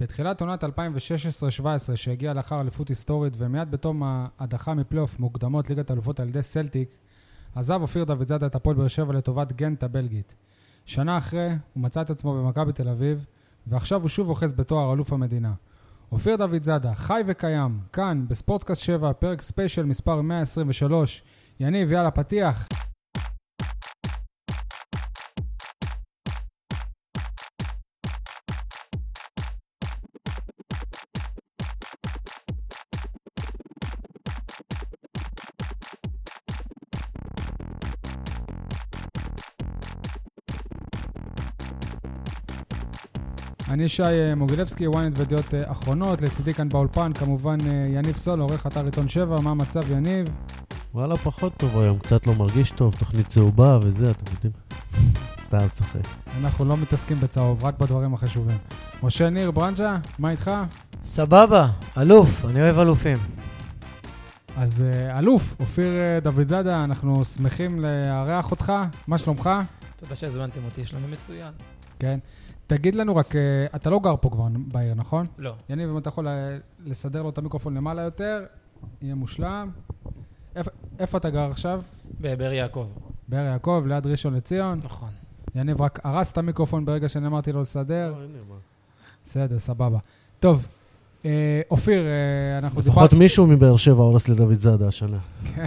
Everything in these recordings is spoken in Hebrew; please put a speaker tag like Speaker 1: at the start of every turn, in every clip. Speaker 1: בתחילת עונת 2016-2017, שהגיעה לאחר אליפות היסטורית ומיד בתום ההדחה מפלייאוף מוקדמות ליגת אלופות על ידי סלטיק, עזב אופיר דוידזאדה את הפועל באר שבע לטובת גנט הבלגית. שנה אחרי, הוא מצא את עצמו במכבי תל אביב, ועכשיו הוא שוב אוחז בתואר אלוף המדינה. אופיר דוידזאדה, חי וקיים, כאן, בספורטקאסט 7, פרק ספיישל מספר 123. יניב, יאללה, פתיח. אני שי אה, מוגילבסקי, ynet וידיעות אה, אחרונות. לצידי כאן באולפן, כמובן, אה, יניב סול, עורך אתר עיתון 7. מה המצב, יניב?
Speaker 2: וואלה, פחות טוב היום, קצת לא מרגיש טוב, תוכנית צהובה וזה, אתם יודעים. סתם צוחק.
Speaker 1: אנחנו לא מתעסקים בצהוב, רק בדברים החשובים. משה ניר ברנג'ה, מה איתך?
Speaker 3: סבבה, אלוף, אני אוהב אלופים.
Speaker 1: אז אה, אלוף, אופיר אה, דוידזאדה, אנחנו שמחים לארח אותך, מה שלומך?
Speaker 4: תודה שהזמנתם אותי, שלומי מצוין.
Speaker 1: כן. תגיד לנו רק, אה, אתה לא גר פה כבר בעיר, נכון?
Speaker 4: לא.
Speaker 1: יניב, אם אתה יכול אה, לסדר לו את המיקרופון למעלה יותר, יהיה מושלם. איפה- איפה אתה גר עכשיו?
Speaker 4: בבאר יעקב.
Speaker 1: באר יעקב, ליד ראשון לציון.
Speaker 4: נכון.
Speaker 1: יניב רק הרס את המיקרופון ברגע שאני אמרתי לו לסדר.
Speaker 2: נכון.
Speaker 1: בסדר, סבבה. טוב, אה, אופיר, אה, אנחנו
Speaker 2: לפחות מישהו מבאר שבע הורס לדוד זאדה השנה.
Speaker 1: כן.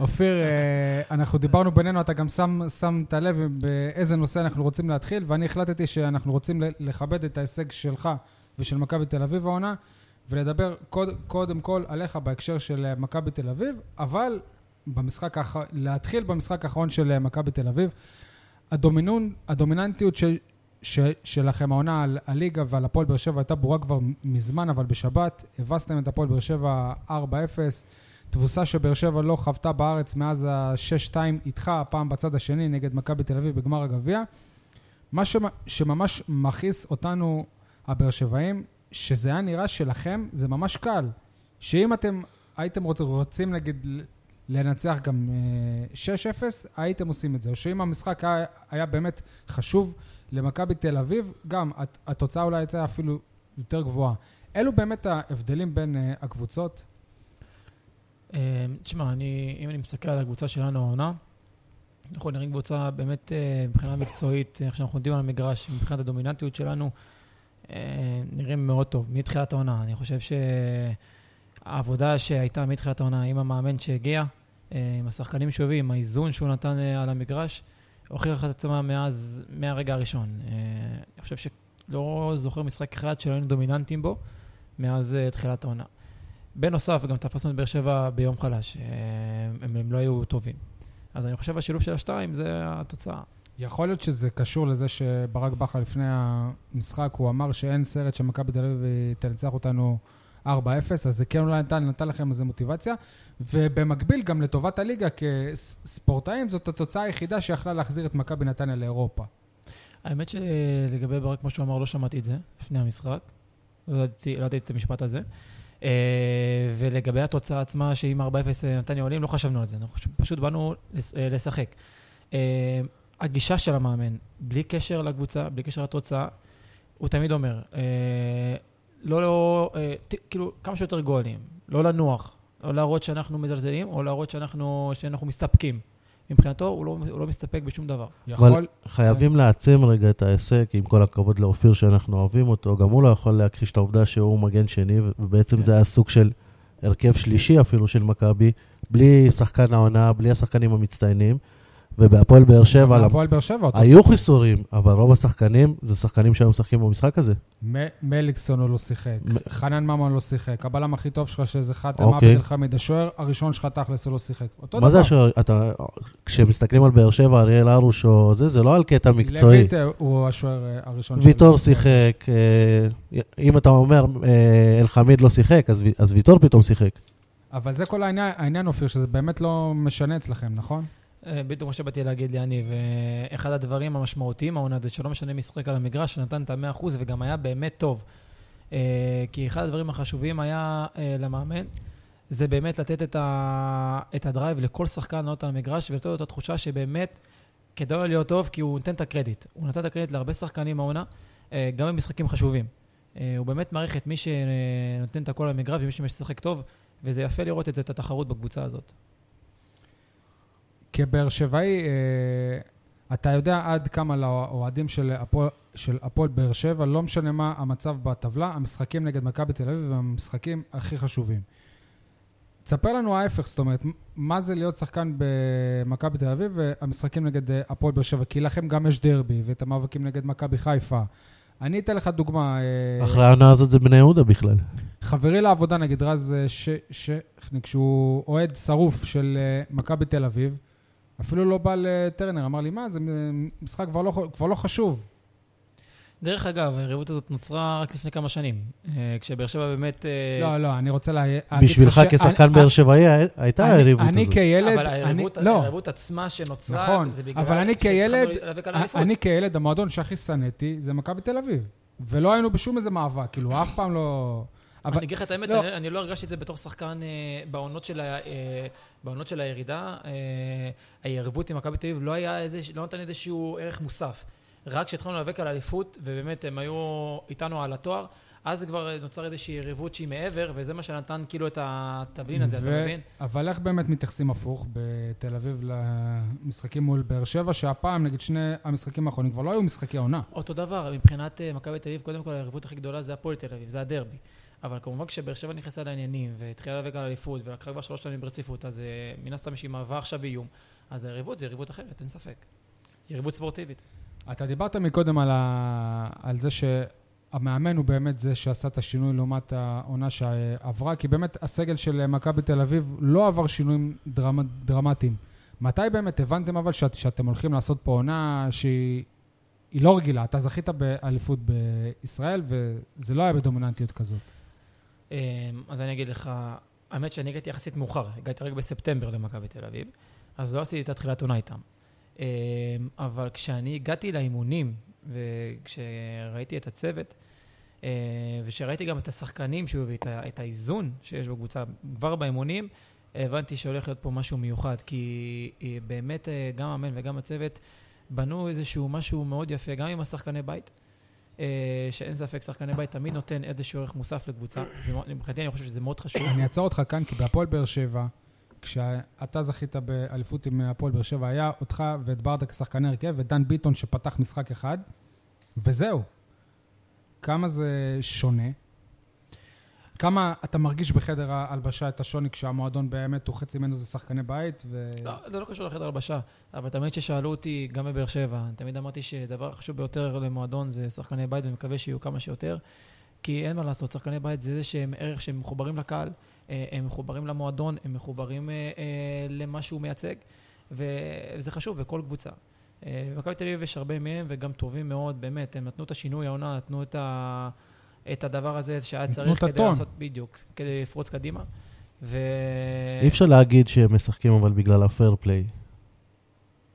Speaker 1: אופיר, אה, אנחנו דיברנו בינינו, אתה גם שם, שם את הלב באיזה נושא אנחנו רוצים להתחיל, ואני החלטתי שאנחנו רוצים ל- לכבד את ההישג שלך ושל מכבי תל אביב העונה, ולדבר קוד, קודם כל עליך בהקשר של אה, מכבי תל אביב, אבל במשחק האח... להתחיל במשחק האחרון של אה, מכבי תל אביב. הדומינון, הדומיננטיות של, ש, שלכם העונה על הליגה ועל הפועל באר שבע הייתה ברורה כבר מזמן, אבל בשבת הבסתם את הפועל באר שבע 4-0. תבוסה שבאר שבע לא חוותה בארץ מאז ה-6-2 איתך, הפעם בצד השני נגד מכבי תל אביב בגמר הגביע. מה שמ- שממש מכעיס אותנו, הבאר שבעים, שזה היה נראה שלכם זה ממש קל. שאם אתם הייתם רוצ- רוצים, נגיד, ל- לנצח גם אה, 6-0, הייתם עושים את זה. או שאם המשחק היה, היה באמת חשוב למכבי תל אביב, גם הת- התוצאה אולי הייתה אפילו יותר גבוהה. אלו באמת ההבדלים בין אה, הקבוצות.
Speaker 4: אה, תשמע, אני, אם אני מסתכל על הקבוצה שלנו העונה, אנחנו נראים קבוצה באמת אה, מבחינה מקצועית, איך שאנחנו עומדים על המגרש, מבחינת הדומיננטיות שלנו, אה, נראים מאוד טוב, מתחילת העונה. אני חושב שהעבודה שהייתה מתחילת העונה עם המאמן שהגיע, אה, עם השחקנים שהביא, עם האיזון שהוא נתן אה, על המגרש, הוכיח את עצמה מאז, מהרגע הראשון. אה, אני חושב שלא זוכר משחק אחד שלא היינו דומיננטיים בו מאז אה, תחילת העונה. בנוסף, גם תפסנו את באר שבע ביום חלש. אה, הם, הם לא היו טובים. אז אני חושב השילוב של השתיים זה התוצאה.
Speaker 1: יכול להיות שזה קשור לזה שברק בכר לפני המשחק, הוא אמר שאין סרט שמכבי תל אביב אה, תנצח אותנו 4-0, אז זה כן אולי נתן, נתן לכם איזו מוטיבציה. ובמקביל, גם לטובת הליגה, כספורטאים, זאת התוצאה היחידה שיכלה להחזיר את מכבי נתניה לאירופה.
Speaker 4: האמת שלגבי ברק, כמו שהוא אמר, לא שמעתי את זה לפני המשחק. לא ידעתי, לא ידעתי את המשפט הזה. אה, ולגבי התוצאה עצמה, שאם 4-0 נתניה עולים, לא חשבנו על זה. אנחנו חשב- פשוט באנו לס- אה, לשחק. אה, הגישה של המאמן, בלי קשר לקבוצה, בלי קשר לתוצאה, הוא תמיד אומר, אה, לא, לא, אה, ת- כאילו, כמה שיותר גולים, לא לנוח, לא להראות שאנחנו מזלזלים, או להראות שאנחנו, שאנחנו מסתפקים. מבחינתו, הוא לא, הוא לא מסתפק בשום דבר.
Speaker 1: יכול...
Speaker 2: חייבים להעצים רגע את ההישג, עם כל הכבוד לאופיר שאנחנו אוהבים אותו, גם הוא לא יכול להכחיש את העובדה שהוא מגן שני, ובעצם
Speaker 4: כן.
Speaker 2: זה היה סוג של הרכב שלישי אפילו של מכבי, בלי שחקן העונה, בלי השחקנים המצטיינים, ובהפועל באר שבע, למ-
Speaker 1: הפועל באר שבע, אותו
Speaker 2: היו חיסורים, אבל רוב השחקנים זה שחקנים שהיו משחקים במשחק הזה.
Speaker 1: מ- מליקסון הוא לא שיחק,
Speaker 2: מ-
Speaker 1: חנן ממן לא שיחק, הבלם הכי טוב שלך שזה חתם
Speaker 2: אוקיי.
Speaker 1: עבד אל חמיד, השוער הראשון שלך תכלס הוא לא שיחק. אותו
Speaker 2: מה זה
Speaker 1: דבר.
Speaker 2: השוער? אתה, כשמסתכלים על באר שבע, אריאל הרוש או זה, זה לא על קטע מקצועי.
Speaker 1: לויט אה, הוא השוער אה, הראשון של-
Speaker 2: ויטור שיחק, אה, אם אתה אומר אה, אלחמיד לא שיחק, אז וי- אז ויטור פתאום שיחק.
Speaker 1: אבל זה כל העניין, העניין, אופיר, שזה באמת לא משנה אצלכם, נכון?
Speaker 4: אה, בדיוק מה שבאתי להגיד ליניב, אה, אחד הדברים המשמעותיים העונה זה שלא משנה מי שיחק על המגרש, שנתן את ה-100% וגם היה באמת טוב. אה, כי אחד הדברים החשובים היה אה, למאמן, זה באמת לתת את, ה... את הדרייב לכל שחקן לעלות על המגרש ולתת לו את התחושה שבאמת כדאי לו להיות טוב כי הוא נותן את הקרדיט. הוא נתן את הקרדיט להרבה שחקנים העונה, אה, גם במשחקים חשובים. אה, הוא באמת מעריך את מי שנותן את הכל על המגרש ומי שמשחק טוב, וזה יפה לראות את זה, את התחרות בקבוצה הזאת.
Speaker 1: כבאר שבעי, אה, אתה יודע עד כמה לאוהדים של הפועל- של הפועל באר שבע, לא משנה מה המצב בטבלה, המשחקים נגד מכבי תל אביב הם המשחקים הכי חשובים. תספר לנו ההפך, זאת אומרת, מה זה להיות שחקן במכבי תל אביב והמשחקים נגד אה, הפועל באר שבע? כי לכם גם יש דרבי, ואת המאבקים נגד מכבי חיפה. אני אתן לך דוגמה. אה,
Speaker 2: אחרי העונה הזאת זה בני יהודה בכלל.
Speaker 1: חברי לעבודה, נגיד רז אה, ש- שכניק, שהוא אוהד שרוף של אה, מכבי תל אביב, אפילו לא בא לטרנר, אמר לי, מה, זה מ- משחק כבר לא, ח- כבר לא חשוב.
Speaker 4: דרך אגב, היריבות הזאת נוצרה רק לפני כמה שנים, אה, כשבאר שבע באמת... אה,
Speaker 1: לא, לא, אני רוצה לה... להגיד לך
Speaker 2: בשבילך
Speaker 1: שאני-
Speaker 2: כשחקן
Speaker 1: אני-
Speaker 2: באר שבעי הי- הייתה
Speaker 1: אני-
Speaker 2: היריבות
Speaker 1: אני
Speaker 2: הזאת.
Speaker 1: כילד,
Speaker 4: אבל
Speaker 1: אני,
Speaker 4: היריבות
Speaker 1: לא,
Speaker 4: היריבות עצמה שנוצרה,
Speaker 1: נכון,
Speaker 4: זה בגלל...
Speaker 1: אבל אני
Speaker 4: שהתחלנו
Speaker 1: כילד-
Speaker 4: להיאבק על האליפות.
Speaker 1: אני כילד, המועדון שהכי שנאתי זה מכבי תל אביב. ולא היינו בשום איזה מאבק, כאילו, אף פעם לא... אבל
Speaker 4: אני אגיד לך את האמת,
Speaker 1: לא.
Speaker 4: אני- אני לא הרגשתי את זה בתור שחקן אה, בעונות של ה- אה, בעונות של הירידה. אה, היריבות עם מכבי תל אביב לא היה איזה, לא נתן איזשהו ערך מוסף. רק כשהתחלנו להיאבק על האליפות, ובאמת הם היו איתנו על התואר, אז כבר נוצר איזושהי יריבות שהיא מעבר, וזה מה שנתן כאילו את התבלין הזה, אתה
Speaker 1: ו-
Speaker 4: מבין?
Speaker 1: אבל איך באמת מתייחסים הפוך בתל אביב למשחקים מול באר שבע, שהפעם, נגיד, שני המשחקים האחרונים כבר לא היו משחקי עונה.
Speaker 4: אותו דבר, מבחינת אה, מכבי תל אביב, קודם כל היריבות הכי גדולה זה הפועל תל אביב, זה הדרבי. אבל כמובן כשבאר שבע נכנסה לעניינים, והתחילה להיאבק על אליפות, ולקחה כבר שלוש שנים ברציפות, אז אה, מן הסתם שהיא מהווה עכשיו איום. אז היריבות זה יריבות אחרת, אין ספק. יריבות ספורטיבית.
Speaker 1: אתה דיברת מקודם על, ה... על זה שהמאמן הוא באמת זה שעשה את השינוי לעומת העונה שעברה, כי באמת הסגל של מכבי תל אביב לא עבר שינויים דרמ... דרמטיים. מתי באמת הבנתם אבל שאת... שאתם הולכים לעשות פה עונה שהיא היא לא רגילה? אתה זכית באליפות בישראל וזה לא היה בדומיננטיות כזאת.
Speaker 4: אמ, אז אני אגיד לך, האמת שאני הגעתי יחסית מאוחר, הגעתי רק בספטמבר למכבי תל אביב, אז לא עשיתי את התחילת עונה איתם. אמ, אבל כשאני הגעתי לאימונים, וכשראיתי את הצוות, אה, וכשראיתי גם את השחקנים שוב, את, ה- את האיזון שיש בקבוצה כבר באימונים, הבנתי שהולך להיות פה משהו מיוחד, כי אה, באמת אה, גם המאמן וגם הצוות בנו איזשהו משהו מאוד יפה, גם עם השחקני בית, אה, שאין ספק, שחקני בית תמיד נותן איזשהו ערך מוסף לקבוצה. זה מאוד- מבחינתי אני חושב שזה מאוד חשוב.
Speaker 1: אני אעצור אותך כאן, כי בהפועל באר שבע, כשאתה זכית באליפות עם הפועל באר שבע, היה אותך ואת ברדה כשחקני הרכב, ודן ביטון שפתח משחק אחד, וזהו. כמה זה שונה? כמה אתה מרגיש בחדר ההלבשה את השוני כשהמועדון באמת הוא חצי ממנו זה שחקני בית? ו...
Speaker 4: לא, זה לא קשור לחדר הלבשה, אבל תמיד כששאלו אותי, גם בבאר שבע, תמיד אמרתי שהדבר החשוב ביותר למועדון זה שחקני בית, ומקווה שיהיו כמה שיותר, כי אין מה לעשות, שחקני בית זה איזה שהם ערך שהם מחוברים לקהל, אה, הם מחוברים למועדון, הם מחוברים אה, אה, למה שהוא מייצג, וזה חשוב בכל קבוצה. אה, במכבי תל אביב יש הרבה מהם, וגם טובים מאוד, באמת, הם נתנו את השינוי העונה, נתנו את, ה... את הדבר הזה שהיה
Speaker 1: נתנו
Speaker 4: צריך
Speaker 1: את
Speaker 4: כדי
Speaker 1: הטון.
Speaker 4: לעשות, בדיוק, כדי לפרוץ קדימה. ו...
Speaker 2: אי אפשר להגיד שהם משחקים אבל בגלל הפייר פליי.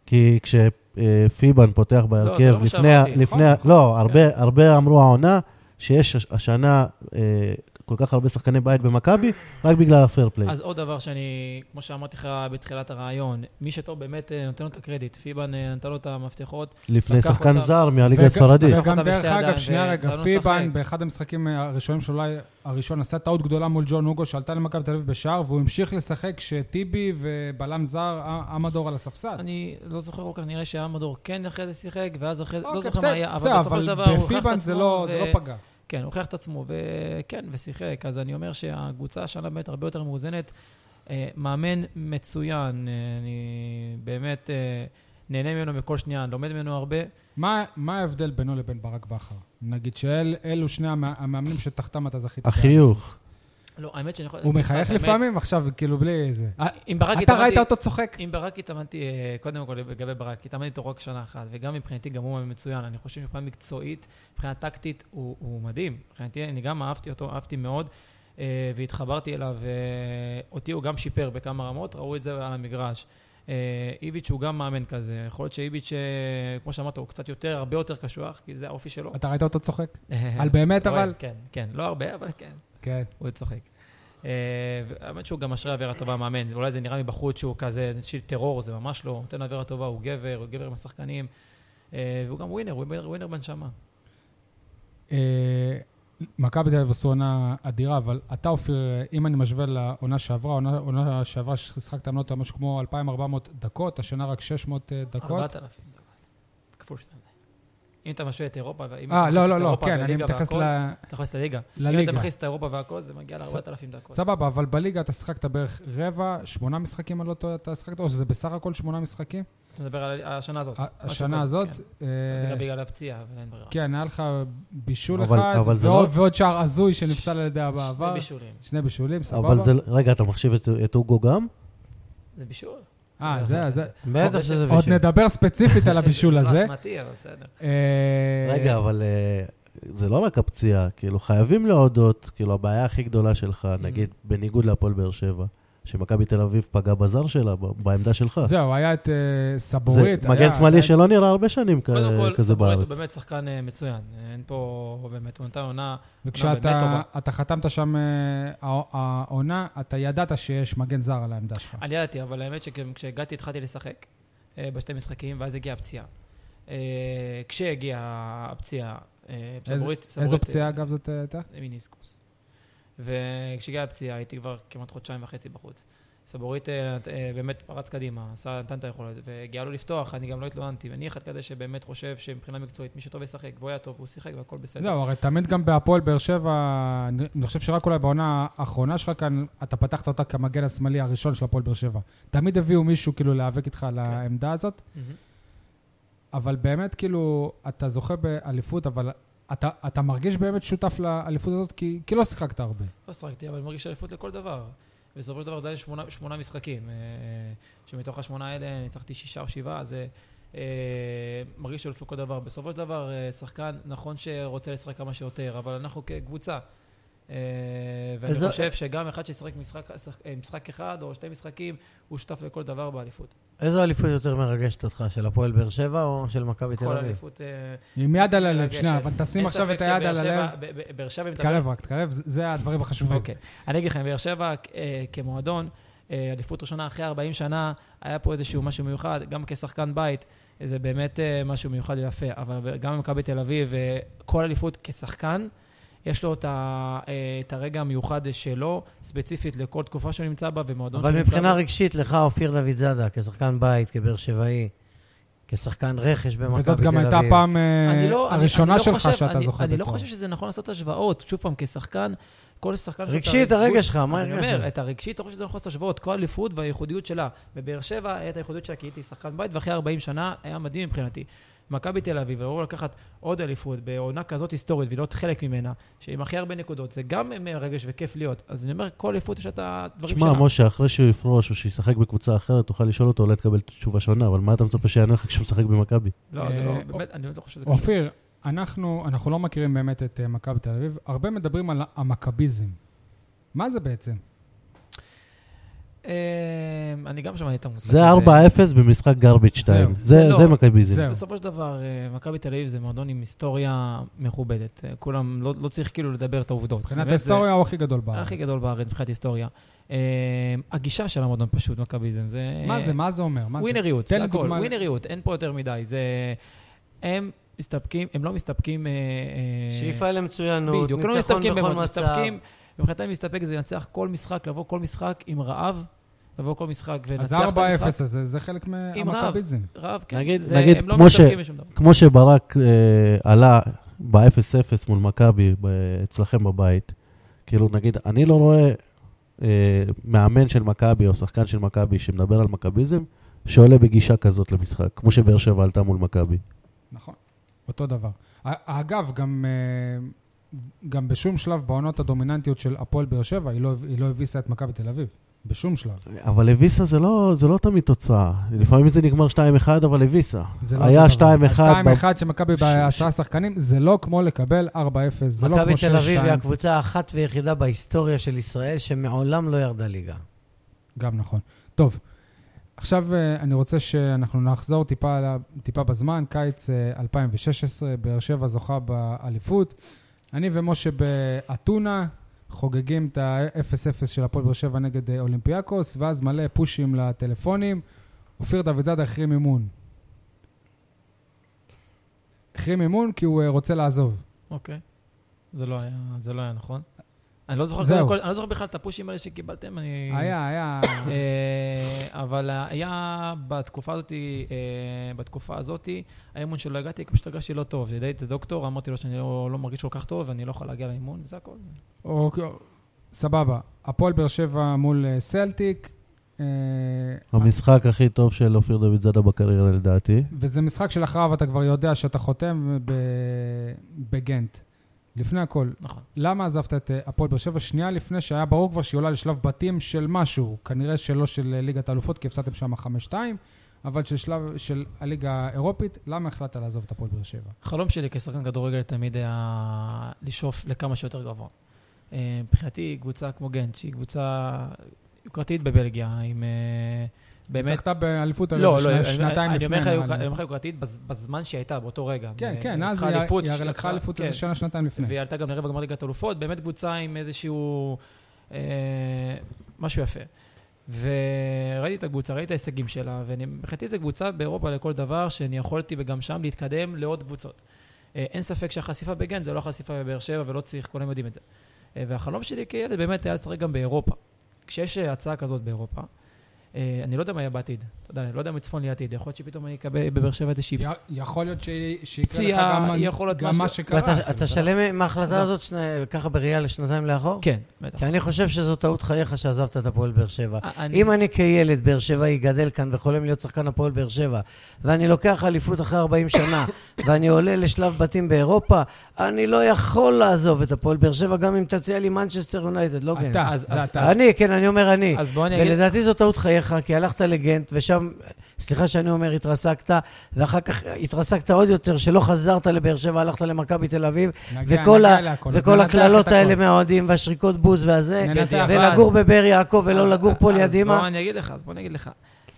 Speaker 2: כי כשפיבן פותח
Speaker 4: זה
Speaker 2: בהרכב
Speaker 4: לא מה
Speaker 2: לפני... ה-
Speaker 4: שאמרתי, כן.
Speaker 2: לפני ה-
Speaker 1: נכון,
Speaker 2: לא, הרבה- הרבה אמרו העונה שיש הש- השנה אה, כל כך הרבה שחקני בית במכבי, רק בגלל הפייר
Speaker 1: כן.
Speaker 2: פליי.
Speaker 4: אז עוד דבר שאני, כמו שאמרתי לך בתחילת הרעיון, מי שטוב באמת אה, נותן לו את הקרדיט. פיבן אה, נתן לו את המפתחות.
Speaker 1: אה.
Speaker 2: לפני
Speaker 4: לקח
Speaker 2: שחקן
Speaker 4: אותם-
Speaker 2: זר מהליגה
Speaker 1: וג-
Speaker 2: הספרדית.
Speaker 4: לקח
Speaker 1: וגם
Speaker 4: אותם
Speaker 1: דרך
Speaker 4: בשתי
Speaker 1: אגב,
Speaker 4: ידיים אה, לא
Speaker 1: שנייה
Speaker 4: ונתנו
Speaker 1: רגע,
Speaker 4: לו
Speaker 1: פיבן
Speaker 4: לשחק.
Speaker 1: באחד המשחקים אה, הראשונים שלו, אולי הראשון, עשה טעות גדולה מול ג'ון הוגו, שעלתה למכבי תל אביב בשער, והוא המשיך לשחק כשטיבי ובלם זר, ע- עמדור על הספסל.
Speaker 4: אני לא זוכר כל כך, נראה שאמדור כן אחרי זה שיחק, ואז אחרי זה, לא
Speaker 1: אוקיי,
Speaker 4: זוכר מה
Speaker 1: בסדר,
Speaker 4: היה,
Speaker 1: בסדר,
Speaker 4: אבל בסופו של דבר הוא
Speaker 1: אבל
Speaker 4: הוכיח את
Speaker 1: בפיבן זה לא
Speaker 4: עצמו.
Speaker 1: זה
Speaker 4: ו-
Speaker 1: לא פגע.
Speaker 4: כן, הוכיח את עצמו, וכן, ושיחק. אז אני אומר שהקבוצה השנה באמת הרבה יותר מאוזנת. אה, מאמן מצוין, אה, אני באמת אה, נהנה ממנו מכל שנייה, אני לומד ממנו הרבה.
Speaker 1: מה מה ההבדל בינו לבין ברק בכר? נגיד שאלו שני המא- המאמנים שתחתם אתה זכית.
Speaker 2: החיוך.
Speaker 4: לא, האמת שאני יכול...
Speaker 1: הוא מחייך
Speaker 4: האמת,
Speaker 1: לפעמים עכשיו, כאילו בלי זה.
Speaker 4: עם ברק
Speaker 1: אתה
Speaker 4: התאמנתי-
Speaker 1: ראית אותו צוחק.
Speaker 4: עם ברק התאמנתי, אה, קודם כל לגבי ברק, התאמנתי איתו רק שנה אחת, וגם מבחינתי גם הוא מאמן מצוין. אני חושב שמבחינה מקצועית, מבחינה טקטית, הוא, הוא מדהים. מבחינתי, אני גם אהבתי אותו, אהבתי מאוד, אה, והתחברתי אליו. אה, אותי הוא גם שיפר בכמה רמות, ראו את זה על המגרש. אה, איביץ' הוא גם מאמן כזה. יכול להיות שאיביץ', אה, כמו שאמרת, הוא קצת יותר, הרבה יותר קשוח, כי זה האופי שלו.
Speaker 1: אתה ראית אותו צוחק? על באמת
Speaker 4: רואה,
Speaker 1: אבל?
Speaker 4: כן, כן. לא הרבה, אבל כן.
Speaker 1: כן.
Speaker 4: הוא צוחק. אה, האמת שהוא גם משרה אווירה טובה מאמן, אולי זה נראה מבחוץ שהוא כזה, איזשהו טרור, זה ממש לא, הוא נותן אווירה טובה, הוא גבר, הוא גבר עם השחקנים, אה, והוא גם ווינר, הוא ווינר, ווינר בנשמה.
Speaker 1: אה, מכבי תל אביב עשו עונה אדירה, אבל אתה, אופיר, אם אני משווה לעונה שעברה, עונה, עונה שעברה ששיחקת, אם לא טועה, משהו כמו 2,400 דקות, השנה רק 600 דקות.
Speaker 4: 4,000 דקות. כפול שניים. אם אתה משווה את אירופה, ואם
Speaker 1: אה,
Speaker 4: אתה
Speaker 1: לא,
Speaker 4: מכניס
Speaker 1: לא,
Speaker 4: את
Speaker 1: לא,
Speaker 4: אירופה
Speaker 1: כן, אני
Speaker 4: והליגה
Speaker 1: מתייחס
Speaker 4: והכל,
Speaker 1: ל-
Speaker 4: אתה מכניס לליגה. אם אתה
Speaker 1: לליגה.
Speaker 4: מכניס את אירופה והכל, זה מגיע
Speaker 1: ס-
Speaker 4: ל-4,000 דקות.
Speaker 1: סבבה, אבל בליגה אתה שיחקת בערך רבע, שמונה משחקים, אני לא טועה, אתה שיחקת, או שזה בסך הכל שמונה משחקים?
Speaker 4: אתה מדבר על השנה הזאת.
Speaker 1: ה- השנה
Speaker 4: משהו
Speaker 1: הזאת,
Speaker 4: כזה,
Speaker 1: אה,
Speaker 4: כן. זה גם בגלל הפציעה, אבל אין ברירה.
Speaker 1: כן, היה לך בישול
Speaker 2: אבל-
Speaker 1: אחד,
Speaker 2: אבל זה
Speaker 1: ועוד-
Speaker 2: לא-
Speaker 1: ועוד שער הזוי שנפסל על ידי
Speaker 4: שני
Speaker 1: הבעבר.
Speaker 4: בישולים.
Speaker 1: שני בישולים, סבבה.
Speaker 2: אבל זה... רגע, אתה מחשיב את- את אוגו גם?
Speaker 4: זה בישול.
Speaker 1: אה, זה, זה.
Speaker 3: בטח שזה
Speaker 1: עוד
Speaker 3: בשביל.
Speaker 1: נדבר ספציפית על הבישול
Speaker 4: זה
Speaker 1: הזה.
Speaker 4: אשמתי, אבל בסדר.
Speaker 1: אה,
Speaker 2: רגע, אבל אה, זה לא רק הפציעה, כאילו, חייבים להודות, כאילו, הבעיה הכי גדולה שלך,
Speaker 4: Mm-hmm.
Speaker 2: נגיד, בניגוד להפועל באר שבע, שמכבי תל אביב פגעה בזר שלה, ב- בעמדה שלך.
Speaker 1: זהו, היה את אה,
Speaker 2: זה
Speaker 1: סבורית. היה-
Speaker 2: מגן שמאלי
Speaker 1: היה-
Speaker 2: שלא נראה הרבה שנים כ-
Speaker 4: קודם כל,
Speaker 2: כזה
Speaker 4: סבורית
Speaker 2: בארץ.
Speaker 4: הוא באמת שחקן אה, מצוין. אין פה באמת, הוא נתן עונה... באמת
Speaker 1: וכשאתה
Speaker 4: טובה.
Speaker 1: אתה חתמת שם אה, הא- העונה, אתה ידעת שיש מגן זר על העמדה שלך.
Speaker 4: אני ידעתי, אבל האמת שכשהגעתי התחלתי לשחק אה, בשתי משחקים, ואז הגיעה הפציעה. אה, כשהגיעה הפציעה, אה,
Speaker 1: איזה-
Speaker 4: סבורית...
Speaker 1: איזו
Speaker 4: סבורית,
Speaker 1: פציעה,
Speaker 4: אה,
Speaker 1: אגב, זאת אה, הייתה?
Speaker 4: מיניסקוס. וכשהגיעה הפציעה הייתי כבר כמעט חודשיים וחצי בחוץ. סבורית אה, נת- אה, באמת פרץ קדימה, עשה, נתן את היכולת, והגיע לו לפתוח, אני גם לא התלוננתי. ואני אחד כזה שבאמת חושב שמבחינה מקצועית, מי שטוב ישחק, והוא היה טוב, והוא שיחק והכל בסדר.
Speaker 1: זהו, הרי תמיד גם בהפועל באר שבע, אני אני חושב שרק אולי בעונה האחרונה שלך כאן, אתה פתחת אותה כמגן השמאלי הראשון של הפועל באר שבע. תמיד הביאו מישהו כאילו להיאבק איתך
Speaker 4: כן.
Speaker 1: על העמדה הזאת,
Speaker 4: מהמם.
Speaker 1: אבל באמת כאילו, אתה זוכה באליפות, אבל אתה, אתה מרגיש באמת שותף לאליפות הזאת, כי, כי לא שיחקת הרבה.
Speaker 4: לא שחקתי, אבל מרגיש אליפות לכל דבר. בסופו של דבר זה היה שמונה, שמונה משחקים, אה, שמתוך השמונה האלה ניצחתי שישה או שבעה, אז אה, אה, מרגיש אליפות לכל דבר. בסופו של דבר, אה, שחקן נכון שרוצה לשחק כמה שיותר, אבל אנחנו כקבוצה. אה, ואני
Speaker 3: איזו-
Speaker 4: חושב שגם אחד שישחק משחק, שח- אה, משחק אחד או שני משחקים, הוא שותף לכל דבר באליפות.
Speaker 3: איזו אליפות יותר מרגשת אותך, של הפועל באר שבע או של מכבי תל
Speaker 4: כל
Speaker 3: אביב?
Speaker 4: אליפות... אה,
Speaker 1: עם יד על הלב,
Speaker 4: מרגשת.
Speaker 1: שנייה, אבל תשים
Speaker 4: אין
Speaker 1: עכשיו
Speaker 4: ספק
Speaker 1: את היד
Speaker 4: שבאר
Speaker 1: על
Speaker 4: שבע-
Speaker 1: הלב.
Speaker 4: ב- ב- באר שבע, אם אתה
Speaker 1: תקרב רק, תקרב, זה- זה הדברים החשובים.
Speaker 4: אוקיי. אני אגיד לכם, באר שבע אה, כמועדון, אה, אליפות ראשונה אחרי 40 שנה, היה פה איזשהו משהו מיוחד, גם כשחקן בית, זה באמת אה, משהו מיוחד ויפה. אבל גם במכבי תל אביב, אה, כל אליפות כשחקן, יש לו את, ה, אה, את הרגע המיוחד שלו, ספציפית לכל תקופה שהוא נמצא בה ומועדון שהוא
Speaker 3: אבל
Speaker 4: נמצא
Speaker 3: מבחינה
Speaker 4: בה.
Speaker 3: רגשית, לך, אופיר דוד זאדה, כשחקן בית, כבאר שבעי, כשחקן רכש במכבי תל
Speaker 1: וזאת
Speaker 3: אביב.
Speaker 1: גם הייתה הפעם אה,
Speaker 4: אני לא- אני-
Speaker 1: הראשונה
Speaker 4: אני לא
Speaker 1: שלך
Speaker 4: חושב-
Speaker 1: שאתה
Speaker 4: אני-
Speaker 1: זוכה
Speaker 4: אני לא
Speaker 1: בתואר.
Speaker 4: חושב שזה נכון לעשות השוואות. שוב פעם, כשחקן, כל שחקן... שאתה-
Speaker 3: רגשית, הרגע שלך,
Speaker 4: אז
Speaker 3: מה
Speaker 4: אני
Speaker 3: הרגשת?
Speaker 4: אומר, את הרגשית, אתה חושב שזה נכון לעשות השוואות, כל אליפות והייחודיות שלה. בבאר שבע היה את הייחודיות שלה, כי הייתי שחקן בית, ואחרי 40 שנה היה מדהים מבחינתי. מכבי תל אביב, לבוא לקחת עוד אליפות בעונה כזאת היסטורית ולהיות חלק ממנה, שעם הכי הרבה נקודות, זה גם אה, מרגש וכיף להיות. אז אני אומר, כל אליפות יש לה את הדברים שלה.
Speaker 2: תשמע, משה, אחרי שהוא יפרוש או שישחק בקבוצה אחרת, תוכל לשאול אותו, אולי תקבל תשובה שונה, אבל מה אתה מצפה שיענה לך כשהוא משחק במכבי?
Speaker 4: לא, זה לא,
Speaker 1: אה,
Speaker 4: באמת, אני באמת לא חושב שזה קשור.
Speaker 1: אופיר, אנחנו, אנחנו לא מכירים באמת את אה, מכבי תל אביב. הרבה מדברים על המכביזם. מה זה בעצם?
Speaker 4: אה, אני גם שמעתי את המושג
Speaker 2: זה 4-0 במשחק גרביץ' 2.
Speaker 1: זהו.
Speaker 4: זה
Speaker 2: זה
Speaker 4: לא.
Speaker 2: זה מכביזם.
Speaker 1: זהו.
Speaker 4: בסופו של דבר, אה, מכבי תל אביב זה מועדון עם היסטוריה מכובדת. אה, כולם, לא לא צריך כאילו לדבר את העובדות.
Speaker 1: מבחינת
Speaker 4: באמת, זה-
Speaker 1: ההיסטוריה הוא הכי גדול בארץ.
Speaker 4: הכי גדול בארץ מבחינת היסטוריה. אה, הגישה של המועדון פשוט, מכביזם, זה...
Speaker 1: מה זה, מה זה אומר? מה זה?
Speaker 4: ווינריות,
Speaker 1: תן
Speaker 4: זה
Speaker 1: לי
Speaker 4: הכל.
Speaker 1: דוגמה.
Speaker 4: ווינריות, אין פה יותר מדי. זה... הם מסתפקים, הם לא מסתפקים... אה, אה,
Speaker 3: שאיפה למצוינות,
Speaker 4: בדיוק, הם לא
Speaker 3: ניצחון
Speaker 4: מסתפקים
Speaker 3: בכל
Speaker 4: במועדון,
Speaker 3: מצב.
Speaker 4: מסתפקים... מבחינתם להסתפק זה לנצח כל משחק, לבוא כל משחק עם רעב, לבוא כל משחק
Speaker 1: אז
Speaker 4: ולנצח את
Speaker 1: 4-0
Speaker 4: המשחק.
Speaker 1: הזה, זה חלק
Speaker 4: עם רב.
Speaker 1: מהמכביזם.
Speaker 4: רעב, כן.
Speaker 2: נגיד-
Speaker 4: זה-
Speaker 2: נגיד,
Speaker 4: הם לא
Speaker 2: כמו ש-
Speaker 4: מסתפקים בשום דבר.
Speaker 2: כמו שברק אה, עלה ב-0-0 מול מכבי ב- אצלכם בבית, כאילו נגיד, אני לא רואה אה, מאמן של מכבי או שחקן של מכבי שמדבר על מכביזם, שעולה בגישה כזאת למשחק, כמו שבאר שבע עלתה מול מכבי.
Speaker 1: נכון, אותו דבר. א- אגב, גם... אה, גם בשום שלב בעונות הדומיננטיות של הפועל באר שבע, היא לא- היא לא הביסה את מכבי תל אביב. בשום שלב.
Speaker 2: אבל אביסה זה לא, זה לא תמיד תוצאה. לפעמים זה נגמר 2-1, אבל אביסה.
Speaker 1: זה לא
Speaker 2: היה
Speaker 1: אותו דבר.
Speaker 2: 2-1
Speaker 1: ה-2-1 שמכבי
Speaker 2: ש-
Speaker 1: בעשרה שחקנים, זה לא כמו לקבל 4-0, זה לא
Speaker 3: מכבי
Speaker 1: כמו
Speaker 3: תל אביב היא
Speaker 1: 6-2.
Speaker 3: הקבוצה האחת והיחידה בהיסטוריה של ישראל שמעולם לא ירדה ליגה.
Speaker 1: גם נכון. טוב, עכשיו אה, אני רוצה שאנחנו נחזור טיפה, על ה- טיפה בזמן, קיץ אה, 2016, באר שבע זוכה באליפות. אני ומשה באתונה חוגגים את ה-0-0 של הפועל באר שבע נגד אה, אולימפיאקוס, ואז מלא פושים לטלפונים. אופיר דוידזאדה החרים אימון. החרים אימון כי הוא אה, רוצה לעזוב.
Speaker 4: אוקיי. זה לא היה, זה לא היה נכון. אני לא זוכר
Speaker 1: זהו.
Speaker 4: קודם כל- אני לא זוכר בכלל את הפושים האלה שקיבלתם, אני...
Speaker 1: היה, היה...
Speaker 4: אה, אבל היה בתקופה הזאת, אה, בתקופה הזאת, האימון שלא הגעתי, כי פשוט הרגשתי לא טוב. ידעתי את הדוקטור, אמרתי לו שאני לא לא מרגיש כל כך טוב ואני לא יכול להגיע לאימון, וזה הכל.
Speaker 1: אוקיי, סבבה. הפועל באר שבע מול אה, סלטיק. אה,
Speaker 2: המשחק הכי טוב של אופיר דוד זאדה בקריירה לדעתי.
Speaker 1: וזה משחק שלאחריו אתה כבר יודע שאתה חותם ב- בגנט. לפני הכל,
Speaker 4: נכון.
Speaker 1: למה עזבת את אה, הפועל באר שבע שנייה לפני שהיה ברור כבר שהיא עולה לשלב בתים של משהו? כנראה שלא של אה, ליגת האלופות, כי הפסדתם שם 5-2, אבל של שלב של הליגה האירופית, למה החלטת לעזוב את הפועל באר שבע?
Speaker 4: החלום שלי כשחקן כדורגל תמיד היה לשאוף לכמה שיותר גבוה. אה, מבחינתי, קבוצה כמו גנט, שהיא קבוצה יוקרתית בבלגיה, עם אה, באמת...
Speaker 1: זכתה באליפות
Speaker 4: לא,
Speaker 1: הרי
Speaker 4: לא,
Speaker 1: זה שני- שנתיים
Speaker 4: אני
Speaker 1: לפני.
Speaker 4: אומר לך
Speaker 1: נראה
Speaker 4: יוקר-
Speaker 1: לי.
Speaker 4: אני אומר לך יוקרתית בז- בזמן שהיא הייתה, באותו רגע.
Speaker 1: כן,
Speaker 4: אה,
Speaker 1: כן, אז
Speaker 4: לקחה
Speaker 1: היא
Speaker 4: אליפות,
Speaker 1: היא הרי לקחה אליפות
Speaker 4: כן.
Speaker 1: איזה שנה, שנתיים לפני.
Speaker 4: והיא עלתה גם לרבע גמר ליגת אלופות, באמת קבוצה עם איזשהו... אה, משהו יפה. וראיתי את הקבוצה, ראיתי את ההישגים שלה, ומבחינתי זו קבוצה באירופה לכל דבר, שאני יכולתי וגם שם להתקדם לעוד קבוצות. אה, אין ספק שהחשיפה בגן זה לא החשיפה בבאר שבע, ולא צריך, כולם יודעים את זה. אה, והחלום שלי כילד באמת היה לשחק גם באירופה. כשיש אה, הצעה כזאת באירופה, אה, אני לא יודע מה יהיה בעתיד, אתה יודע, אני לא יודע מה צפון לי עתיד, יכול להיות שפתאום אני אקבל בבאר שבע את השיפס.
Speaker 1: י- יכול להיות שהיא- שיקרה לך
Speaker 4: פציעה,
Speaker 1: גם-
Speaker 4: יכול להיות
Speaker 1: גם מה
Speaker 4: משהו.
Speaker 1: שקרה.
Speaker 3: ואתה- אתה שלם עם ההחלטה הזאת שני- ככה בראייה לשנתיים לאחור?
Speaker 4: לא- כן, בטח. אה,
Speaker 3: כי אני חושב שזו טעות חייך שעזבת את הפועל באר שבע.
Speaker 4: אני-
Speaker 3: אם אני כילד באר שבעי גדל כאן וחולם להיות שחקן הפועל באר שבע, ואני לוקח אליפות אחרי 40 שנה, ואני עולה לשלב בתים באירופה, אני לא יכול לעזוב את הפועל באר שבע גם אם תציע לי מנצ'סטר יונייטד, לא גן.
Speaker 1: אתה,
Speaker 4: אז-
Speaker 1: זה
Speaker 4: אז-
Speaker 1: אתה.
Speaker 3: אני, כן, אני אומר אני.
Speaker 4: אז בוא אני אגיד...
Speaker 3: ולדעתי זו טעות חייך, כי הלכת לגנט, ושם, סליחה שאני אומר, התרסקת, ואחר כך התרסקת עוד יותר, שלא חזרת לבאר שבע, הלכת למכבי תל אביב,
Speaker 1: נגיע-
Speaker 3: וכל
Speaker 1: נגיע
Speaker 3: ה-
Speaker 1: להכל, עוד
Speaker 3: וכל
Speaker 1: ננתח את
Speaker 3: הקללות
Speaker 1: הכל.
Speaker 3: האלה מהאוהדים, והשריקות בוז והזה,
Speaker 1: ננתח.
Speaker 3: ולגור בבאר יעקב ולא
Speaker 4: אז-
Speaker 3: לגור פה ליד
Speaker 4: אז בוא
Speaker 3: אימא.
Speaker 4: אני אגיד לך, אז בוא אני אגיד לך.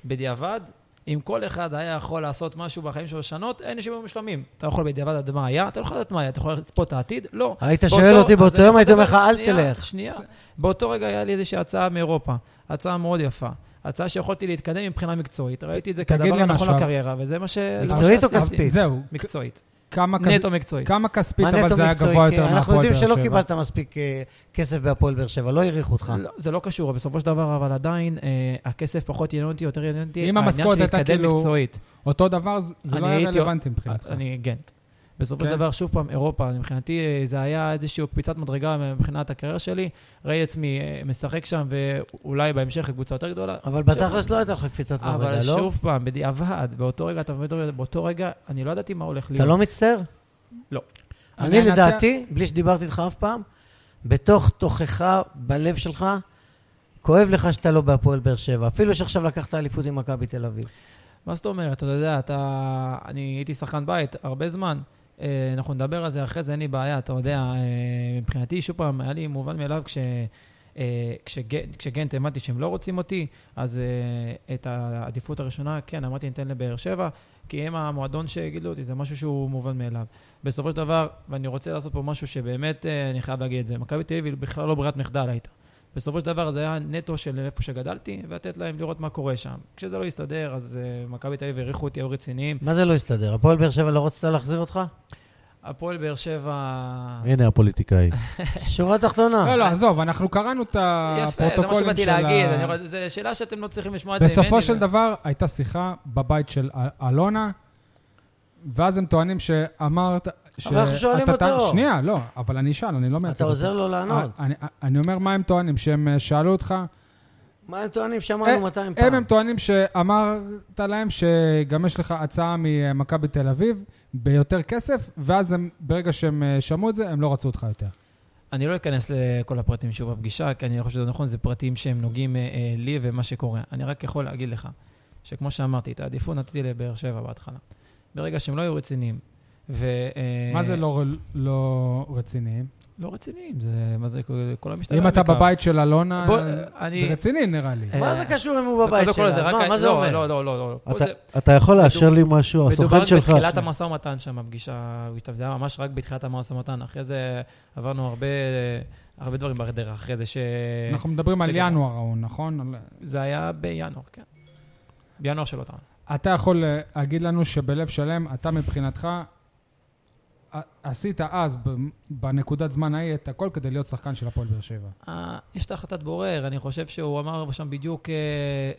Speaker 4: בדיעבד, אם כל אחד היה יכול לעשות משהו בחיים שלו לשנות, אין אנשים משלמים. אתה יכול בדיעבד לדעת מה היה, אתה לא יכול לדעת מה היה, אתה יכול לצפות את העתיד, לא.
Speaker 3: היית
Speaker 4: באותו-
Speaker 3: אה, שואל אותי
Speaker 4: אז
Speaker 3: באותו
Speaker 4: אני
Speaker 3: יום, הייתי אומר לך,
Speaker 4: מדבר-
Speaker 3: אל
Speaker 4: שנייה,
Speaker 3: תלך.
Speaker 4: שנייה. באותו רגע היה לי איזושהי הצעה מאירופה, הצעה מאוד יפה. הצעה שיכולתי להתקדם מבחינה מקצועית, ראיתי את זה
Speaker 1: תגיד
Speaker 4: כדבר
Speaker 1: לי
Speaker 4: הנכון
Speaker 1: משהו.
Speaker 4: לקריירה, וזה מה ש... זה מה
Speaker 3: מקצועית או
Speaker 4: שעשיתי.
Speaker 3: לא כספית?
Speaker 1: זהו,
Speaker 4: מקצועית.
Speaker 1: כמה כס-
Speaker 4: נטו מקצועית.
Speaker 1: כמה כספית,
Speaker 3: מה
Speaker 1: אבל
Speaker 3: נטו
Speaker 1: זה היה
Speaker 3: מקצועי?
Speaker 1: גבוה
Speaker 3: כי
Speaker 1: יותר מהפועל באר שבע.
Speaker 3: אנחנו יודעים שלא קיבלת מספיק אה, כסף בהפועל באר שבע, לא העריכו אותך.
Speaker 4: לא, זה לא קשור, בסופו של דבר, אבל עדיין, אה, הכסף פחות עניין אותי, יותר עניין אותי,
Speaker 1: אם
Speaker 4: העניין
Speaker 1: המשכורת
Speaker 4: של
Speaker 1: הייתה
Speaker 4: להתקדם
Speaker 1: כאילו-
Speaker 4: מקצועית.
Speaker 1: אותו דבר, זה- זה
Speaker 4: אני
Speaker 1: לא היה
Speaker 4: הייתי-
Speaker 1: רלוונטי מבחינתך.
Speaker 4: אני גנט. בסופו
Speaker 1: כן.
Speaker 4: של דבר, שוב פעם, אירופה, מבחינתי אה, זה היה איזושהי קפיצת מדרגה מבחינת הקריירה שלי. ראי עצמי אה, משחק שם, ואולי בהמשך לקבוצה יותר גדולה.
Speaker 3: אבל בתכלס לא הייתה לך קפיצת
Speaker 4: אבל
Speaker 3: מדרגה, לא?
Speaker 4: שוב פעם, בדיעבד, באותו רגע, אתה באמת אומר, באותו רגע, אני לא ידעתי מה הולך להיות.
Speaker 3: אתה לא מצטער?
Speaker 4: לא.
Speaker 3: אני
Speaker 1: אני-
Speaker 3: לדעתי, בלי שדיברתי איתך אף פעם, בתוך תוכך, בלב שלך, כואב לך שאתה לא בהפועל באר שבע. אפילו שעכשיו לקחת אליפות עם מכבי תל אביב.
Speaker 4: מה זאת אומרת? אתה יודע, אתה... אני הייתי שחקן בית הרבה זמן. אה, אנחנו נדבר על זה אחרי זה, אין לי בעיה, אתה יודע. אה, מבחינתי, שוב פעם, היה לי מובן מאליו כש... אה, כשגנ- כשגנט הבנתי שהם לא רוצים אותי, אז אה, את העדיפות הראשונה, כן, אמרתי ניתן לבאר שבע, כי הם המועדון שגידלו אותי, זה משהו שהוא מובן מאליו. בסופו של דבר, ואני רוצה לעשות פה משהו שבאמת, אה, אני חייב להגיד את זה, מכבי תל אביב היא בכלל לא ברירת מחדל הייתה. בסופו של דבר זה היה נטו של איפה שגדלתי, ולתת להם לראות מה קורה שם. כשזה לא הסתדר, אז אה, מכבי תל אביב העריכו אותי, היו רציניים.
Speaker 3: מה זה לא הסתדר? הפועל באר שבע לא רצתה להחזיר אותך?
Speaker 4: הפועל באר שבע... אה.
Speaker 2: הנה הפוליטיקאי.
Speaker 3: שורה תחתונה.
Speaker 1: לא, לא, עזוב, אנחנו קראנו את
Speaker 4: יפה, זה מה
Speaker 1: הפרוטוקולים
Speaker 4: שבאתי
Speaker 1: של
Speaker 4: להגיד.
Speaker 1: ה-
Speaker 4: אני רואה- זו שאלה שאתם לא צריכים לשמוע את זה
Speaker 1: בסופו
Speaker 4: ממני,
Speaker 1: של
Speaker 4: ו-
Speaker 1: דבר הייתה שיחה בבית של אל- אלונה, ואז הם טוענים שאמרת... ש-
Speaker 3: אבל אנחנו שואלים
Speaker 1: אתה- אתה-
Speaker 3: אותו.
Speaker 1: שנייה, לא, אבל אני אשאל, אני לא מייצג
Speaker 3: אתה עוזר לו לענות.
Speaker 1: אני- אני אומר מה הם טוענים, שהם אה, שאלו אותך,
Speaker 3: מה הם טוענים?
Speaker 1: אה,
Speaker 3: שאמרנו 200
Speaker 1: הם הם
Speaker 3: פעם.
Speaker 1: טוענים שאמרת להם שגם יש לך הצעה ממכבי תל אביב ביותר כסף, ואז הם, ברגע שהם אה, שמעו את זה, הם לא רצו אותך יותר.
Speaker 4: אני לא אכנס לכל הפרטים שהיו בפגישה, כי אני לא חושב שזה נכון, זה פרטים שהם נוגעים אה, אה, לי ומה שקורה. אני רק יכול להגיד לך, שכמו שאמרתי, את העדיפות נתתי לבאר שבע בהתחלה. ברגע שהם לא היו רציניים, ו... אה,
Speaker 1: מה זה לא ר- לא רציניים?
Speaker 4: לא רציניים, זה... מה זה... כל המשטרה...
Speaker 1: אם אתה בבית של אלונה,
Speaker 4: בוא,
Speaker 1: זה-
Speaker 4: אני-
Speaker 1: זה רציני נראה לי.
Speaker 4: אה,
Speaker 3: מה זה קשור אם הוא בבית
Speaker 4: קודם כל,
Speaker 3: שלה? אז
Speaker 4: רק
Speaker 3: מה-
Speaker 4: ה-
Speaker 3: מה זה
Speaker 4: לא,
Speaker 3: אומר?
Speaker 4: לא, לא, לא, לא. פה
Speaker 2: אתה-
Speaker 4: זה-
Speaker 2: אתה יכול לאשר לי משהו,
Speaker 4: מדובר
Speaker 2: הסוכן שלך...
Speaker 4: בתחילת המשא ומתן שם, הפגישה, זה היה ממש רק בתחילת המשא ומתן. אחרי זה עברנו הרבה, הרבה דברים בדרך, אחרי זה ש... אה,
Speaker 1: אנחנו מדברים על
Speaker 4: שגם-
Speaker 1: ינואר ההון, נכון? על-
Speaker 4: זה היה בינואר, כן. בינואר של אותנו.
Speaker 1: אתה יכול אה, להגיד לנו שבלב שלם, אתה מבחינתך ע- עשית אז, ב- בנקודת זמן ההיא, את הכל כדי להיות שחקן של הפועל באר שבע?
Speaker 4: אה, יש את החלטת בורר, אני חושב שהוא אמר שם בדיוק אה,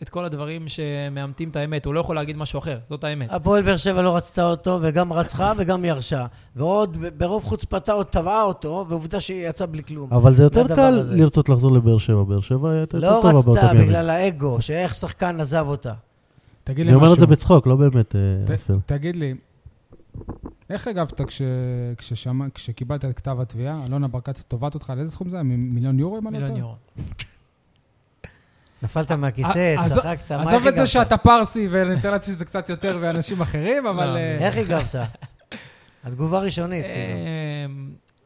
Speaker 4: את כל הדברים שמאמתים את האמת, הוא לא יכול להגיד משהו אחר, זאת האמת.
Speaker 3: הפועל באר שבע לא רצתה אותו, וגם רצחה וגם ירשה. ועוד, ב- ברוב חוצפתה עוד טבעה אותו, ועובדה שהיא יצאה בלי כלום.
Speaker 2: אבל זה יותר
Speaker 3: לדבר
Speaker 2: קל
Speaker 3: הזה.
Speaker 2: לרצות לחזור לבאר שבע. באר שבע הייתה יותר
Speaker 3: לא
Speaker 2: טובה באותם
Speaker 3: רצתה
Speaker 2: ימים.
Speaker 3: בגלל האגו, שאיך שחקן עזב אותה.
Speaker 1: תגיד לי
Speaker 2: אני
Speaker 1: משהו.
Speaker 2: אומר את זה בצחוק, לא באמת, אה,
Speaker 1: ת-
Speaker 2: עופר.
Speaker 1: תגיד לי, איך הגבת כש, כששמע, כשקיבלת את כתב התביעה? אלונה ברקת תובעת אותך על איזה סכום זה? היה? מ- מיליון יורו אם אני לא טועה?
Speaker 4: מיליון יורו.
Speaker 3: נפלת מהכיסא,
Speaker 1: אה, עזוב-
Speaker 3: צחקת, מה,
Speaker 1: עזוב
Speaker 3: איך
Speaker 1: את זה
Speaker 3: הגבת?
Speaker 1: שאתה פרסי, ואני מתאר לעצמי שזה קצת יותר מאנשים אחרים, אבל...
Speaker 4: לא,
Speaker 1: אה,
Speaker 3: איך הגבת? התגובה ראשונית, כאילו.
Speaker 4: אה,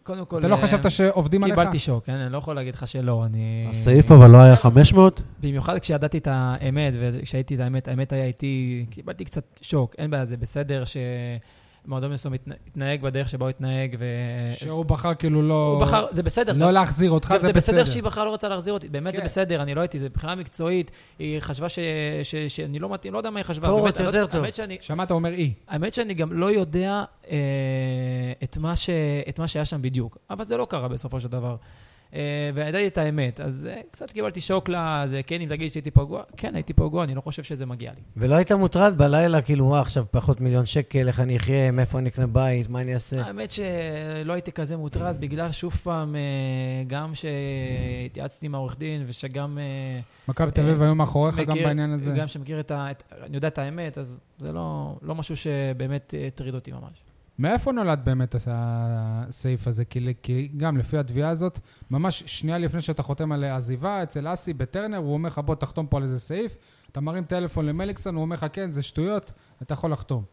Speaker 4: קודם כל...
Speaker 1: אתה לא
Speaker 4: אה,
Speaker 1: חשבת שעובדים עליך?
Speaker 4: קיבלתי שוק, אני אני לא יכול להגיד לך שלא, אני...
Speaker 2: הסעיף אבל לא היה 500?
Speaker 4: במיוחד כשידעתי את האמת, וכשהייתי את האמת, האמת היה איתי, קיבלתי קצת שוק, אין בעיה, זה בסדר שמועדון מסוים התנה- התנהג בדרך שבה הוא התנהג, ו...
Speaker 1: שהוא בחר כאילו לא...
Speaker 4: הוא בחר, זה בסדר.
Speaker 1: לא להחזיר אותך,
Speaker 4: גם
Speaker 1: זה בסדר.
Speaker 4: שהיא בחרה לא רצה להחזיר אותי, באמת זה
Speaker 1: כן.
Speaker 4: בסדר, אני לא הייתי, זה מבחינה מקצועית, היא חשבה ש- ש- שאני לא מתאים, לא יודע מה היא חשבה.
Speaker 3: קור
Speaker 4: באמת,
Speaker 3: אותו
Speaker 4: אני לא-
Speaker 3: יותר טוב.
Speaker 4: האמת שאני-
Speaker 1: שמעת, אומר אי.
Speaker 4: האמת שאני גם לא יודע אה, את, מה ש, את מה שהיה שם בדיוק, אבל זה לא קרה בסופו של דבר. אה, וידעתי את האמת, אז אה, קצת קיבלתי שוק לזה, כן, אם תגיד שהייתי פגוע, כן, הייתי פגוע, אני לא חושב שזה מגיע לי.
Speaker 3: ולא היית מוטרד בלילה, כאילו, מה עכשיו פחות מיליון שקל, איך אני אחיה, מאיפה אני אקנה בית, מה אני
Speaker 1: כן.
Speaker 3: אעשה?
Speaker 1: אה.
Speaker 4: האמת שלא הייתי כזה מוטרד, בגלל שוב פעם, אה, גם שהתייעצתי עם העורך דין, ושגם... אה,
Speaker 1: מכבי תל אביב
Speaker 4: אה,
Speaker 1: היו מאחוריך גם
Speaker 4: מכיר-
Speaker 1: בעניין הזה.
Speaker 4: גם שמכיר את ה... את, אני יודע את האמת, אז זה לא, לא משהו שבאמת אה, הטריד אותי ממש.
Speaker 1: מאיפה נולד באמת הס- הסעיף הזה? כי ל- כי גם לפי התביעה הזאת, ממש שנייה לפני שאתה חותם על עזיבה, אצל אסי בטרנר, הוא אומר לך, בוא תחתום פה על איזה סעיף, אתה מרים טלפון למליקסון, הוא אומר לך, כן, זה שטויות, אתה יכול לחתום.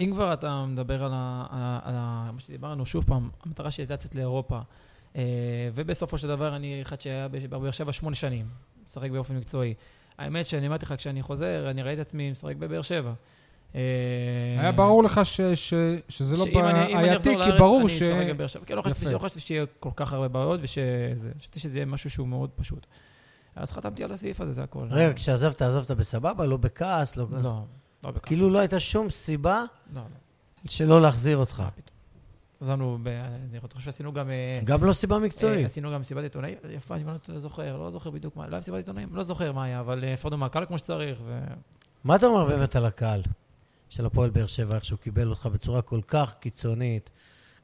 Speaker 4: אם כבר אתה מדבר על, ה, על, ה, על ה, מה שדיברנו, שוב פעם, המטרה שלי הייתה לצאת לאירופה, אה, ובסופו של דבר אני אחד שהיה בש- בבאר שבע שמונה שנים, משחק באופן מקצועי. האמת שאני אמרתי לך, כשאני חוזר, אני ראיתי את עצמי משחק בבאר שבע. אה,
Speaker 1: היה ברור לך ש- ש- שזה לא
Speaker 4: שאם אני- אם אני
Speaker 1: בעייתי,
Speaker 4: אחזור
Speaker 1: כי
Speaker 4: לארץ,
Speaker 1: ברור
Speaker 4: אני
Speaker 1: ש...
Speaker 4: אשחק בבאר שבע. כן, לא חשבתי
Speaker 1: יפה.
Speaker 4: לא חשבתי שיהיה כל כך הרבה בעיות, ושזה... חשבתי שזה יהיה משהו שהוא מאוד פשוט. אז חתמתי על הסעיף הזה, זה הכל.
Speaker 3: רגע, כשעזבת, עזבת בסבבה? לא בכעס? לא...
Speaker 4: לא, לא בכלל.
Speaker 3: כאילו לא הייתה שום סיבה
Speaker 4: לא, לא.
Speaker 3: שלא להחזיר אותך.
Speaker 4: עזבנו, ב- אני חושב שעשינו גם... אה,
Speaker 3: גם לא סיבה מקצועית.
Speaker 4: עשינו גם מסיבת עיתונאים, יפה, אני לא- לא זוכר, לא זוכר בדיוק מה, לא היה מסיבת עיתונאים, לא זוכר מה היה, אבל אה, הפרדנו מהקהל כמו שצריך, ו...
Speaker 3: מה אתה אומר באמת על הקהל של הפועל באר שבע, איך שהוא קיבל אותך בצורה כל כך קיצונית,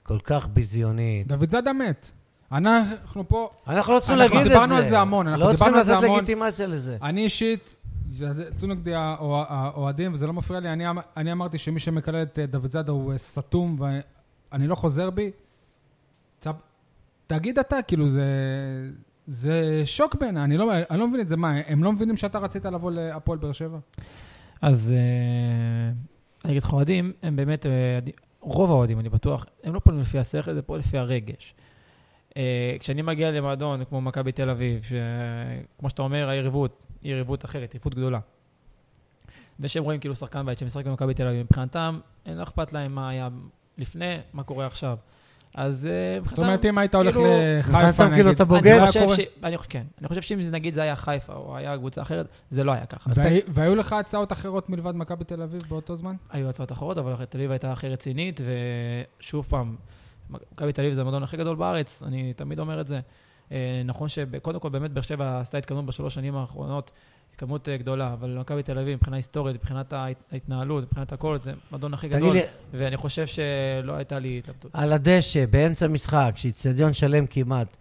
Speaker 3: כל כך ביזיונית?
Speaker 1: דוד זאדה מת. אנחנו פה
Speaker 3: אנחנו לא צריכים
Speaker 1: אנחנו
Speaker 3: להגיד את זה.
Speaker 1: דיברנו על זה המון, אנחנו
Speaker 3: לא צריכים
Speaker 1: דיברנו על זה
Speaker 3: לתת
Speaker 1: המון. אה,
Speaker 3: לגיטימציה לזה.
Speaker 1: אני אישית, זה- יצאו נגדי האוה- האוהדים, וזה לא מפריע לי, אני, אמ- אני אמרתי שמי שמקלל את אה, דוד זאדה הוא אה, סתום, ואני לא חוזר בי. צ- תגיד אתה, כאילו, זה, זה שוק בעיניי, אני, לא, אני לא מבין את זה. מה, הם לא מבינים שאתה רצית לבוא להפועל באר שבע?
Speaker 4: אז אה, אני אגיד לך, אוהדים, הם באמת, אה, עדי- רוב האוהדים, אני בטוח, הם לא פועלים לפי השכל, זה פועל לפי הרגש. אה, כשאני מגיע למועדון כמו מכבי תל אביב, שכמו שאתה אומר, היריבות היא יריבות אחרת, יריבות גדולה. ושהם רואים כאילו שחקן בית שמשחק במכבי תל אביב, מבחינתם, אין לא אכפת להם מה היה לפני, מה קורה עכשיו. אז אה,
Speaker 1: זאת
Speaker 4: מבחינתם...
Speaker 1: אומרת, אם היית הולך
Speaker 4: כאילו-
Speaker 1: לחיפה,
Speaker 3: מבחינתם,
Speaker 1: נגיד,
Speaker 3: כאילו, אתה
Speaker 1: מה
Speaker 3: בוגד?
Speaker 4: אני
Speaker 1: היה
Speaker 4: חושב
Speaker 1: קורה?
Speaker 4: ש... אני... חושב- כן. אני חושב שאם זה נגיד זה היה חיפה או היה קבוצה אחרת, זה לא היה ככה. אז
Speaker 1: והי- והיו לך הצעות אחרות מלבד מכבי תל אביב באותו זמן?
Speaker 4: היו הצעות אחרות, אבל תל אביב הייתה הכי רצינית, ושוב פעם, מכבי תל אביב זה המועדון הכי גדול בארץ, אני תמיד אומר את זה. אה, נכון שקודם כל באמת באר שבע עשתה התקדמות בשלוש שנים האחרונות, התקדמות אה, גדולה, אבל מכבי תל אביב מבחינה היסטורית, מבחינת ההת- ההתנהלות, מבחינת הכל, זה המועדון הכי
Speaker 3: תגיד
Speaker 4: גדול,
Speaker 3: לי,
Speaker 4: ואני חושב שלא הייתה לי התלבטות.
Speaker 3: על הדשא, באמצע משחק, שאיצטדיון שלם כמעט,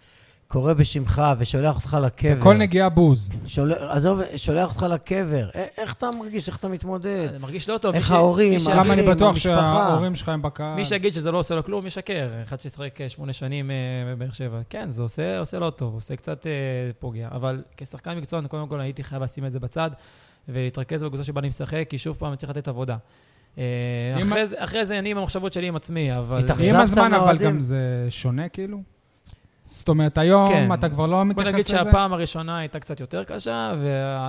Speaker 3: קורא בשמך ושולח אותך לקבר.
Speaker 1: כל נגיעה בוז.
Speaker 3: שול... עזוב, שולח אותך לקבר. א- איך אתה מרגיש? איך אתה מתמודד?
Speaker 1: אה,
Speaker 4: אני מרגיש לא טוב.
Speaker 3: אה, איך
Speaker 4: מי ש-
Speaker 3: ההורים,
Speaker 4: מי ש-
Speaker 3: האחים,
Speaker 1: למה אני בטוח
Speaker 3: המשפחה.
Speaker 1: שההורים שלך הם בקהל?
Speaker 4: מי שיגיד שזה לא עושה לו כלום, משקר. אחד ששיחק אה, שמונה שנים אה, בבאר שבע. כן, זה עושה, עושה לא טוב, עושה קצת אה, פוגע. אבל כשחקן מקצוען, קודם כל הייתי חייב לשים את זה בצד, ולהתרכז בקבוצה שבה אני משחק, כי שוב פעם אני צריך לתת עבודה. אה,
Speaker 1: אם-
Speaker 4: אחרי, זה- אחרי זה אני עם המחשבות שלי עם עצמי, אבל...
Speaker 3: התאכזבת
Speaker 1: עם הזמן, אבל
Speaker 3: מהאוהדים?
Speaker 1: גם זה שונה, כאילו? זאת אומרת, היום
Speaker 4: כן.
Speaker 1: אתה כבר לא
Speaker 4: בוא
Speaker 1: מתייחס
Speaker 4: נגיד
Speaker 1: לזה?
Speaker 4: שהפעם הראשונה הייתה קצת יותר קשה,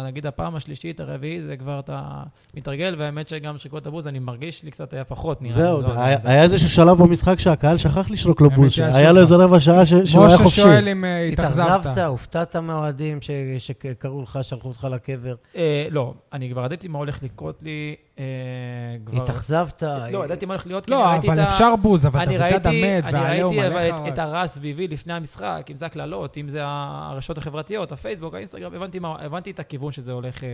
Speaker 4: ונגיד הפעם השלישית, הרביעית, זה כבר אתה מתרגל, והאמת שגם שריקות הבוז, אני מרגיש לי קצת היה פחות, נראה לי.
Speaker 2: זהו,
Speaker 4: לא יודע.
Speaker 2: היה- היה איזשהו שלב במשחק שהקהל שכח לשרוק לו
Speaker 1: הם
Speaker 2: בוז,
Speaker 1: התייאשו
Speaker 2: היה לו
Speaker 1: כבר.
Speaker 2: איזה רבע שעה ש- שהוא היה
Speaker 1: משה
Speaker 2: חופשי.
Speaker 1: שואל אם אה, התאכזבת.
Speaker 3: התאכזבת, הופתעת מהאוהדים ש- שקראו לך, שלחו אותך לקבר.
Speaker 4: אה, לא, אני כבר ידעתי מה הולך לקרות לי, אה, אה, כבר...
Speaker 3: התאכזבת.
Speaker 4: לא, ידעתי מה הולך להיות, כי אני
Speaker 1: לא,
Speaker 4: ראיתי את
Speaker 1: אבל
Speaker 4: ה...
Speaker 1: אפשר בוז, אבל
Speaker 4: אני
Speaker 1: אתה בצד
Speaker 4: ראיתי,
Speaker 1: המת
Speaker 4: אני
Speaker 1: והעליהום
Speaker 4: ראיתי אבל
Speaker 1: עליך.
Speaker 4: את, את הרע הסביבי לפני המשחק, אם זה הקללות, אם זה הרשתות החברתיות, הפייסבוק, האינסטגרם, הבנתי, מה, הבנתי את הכיוון שזה הולך, אה,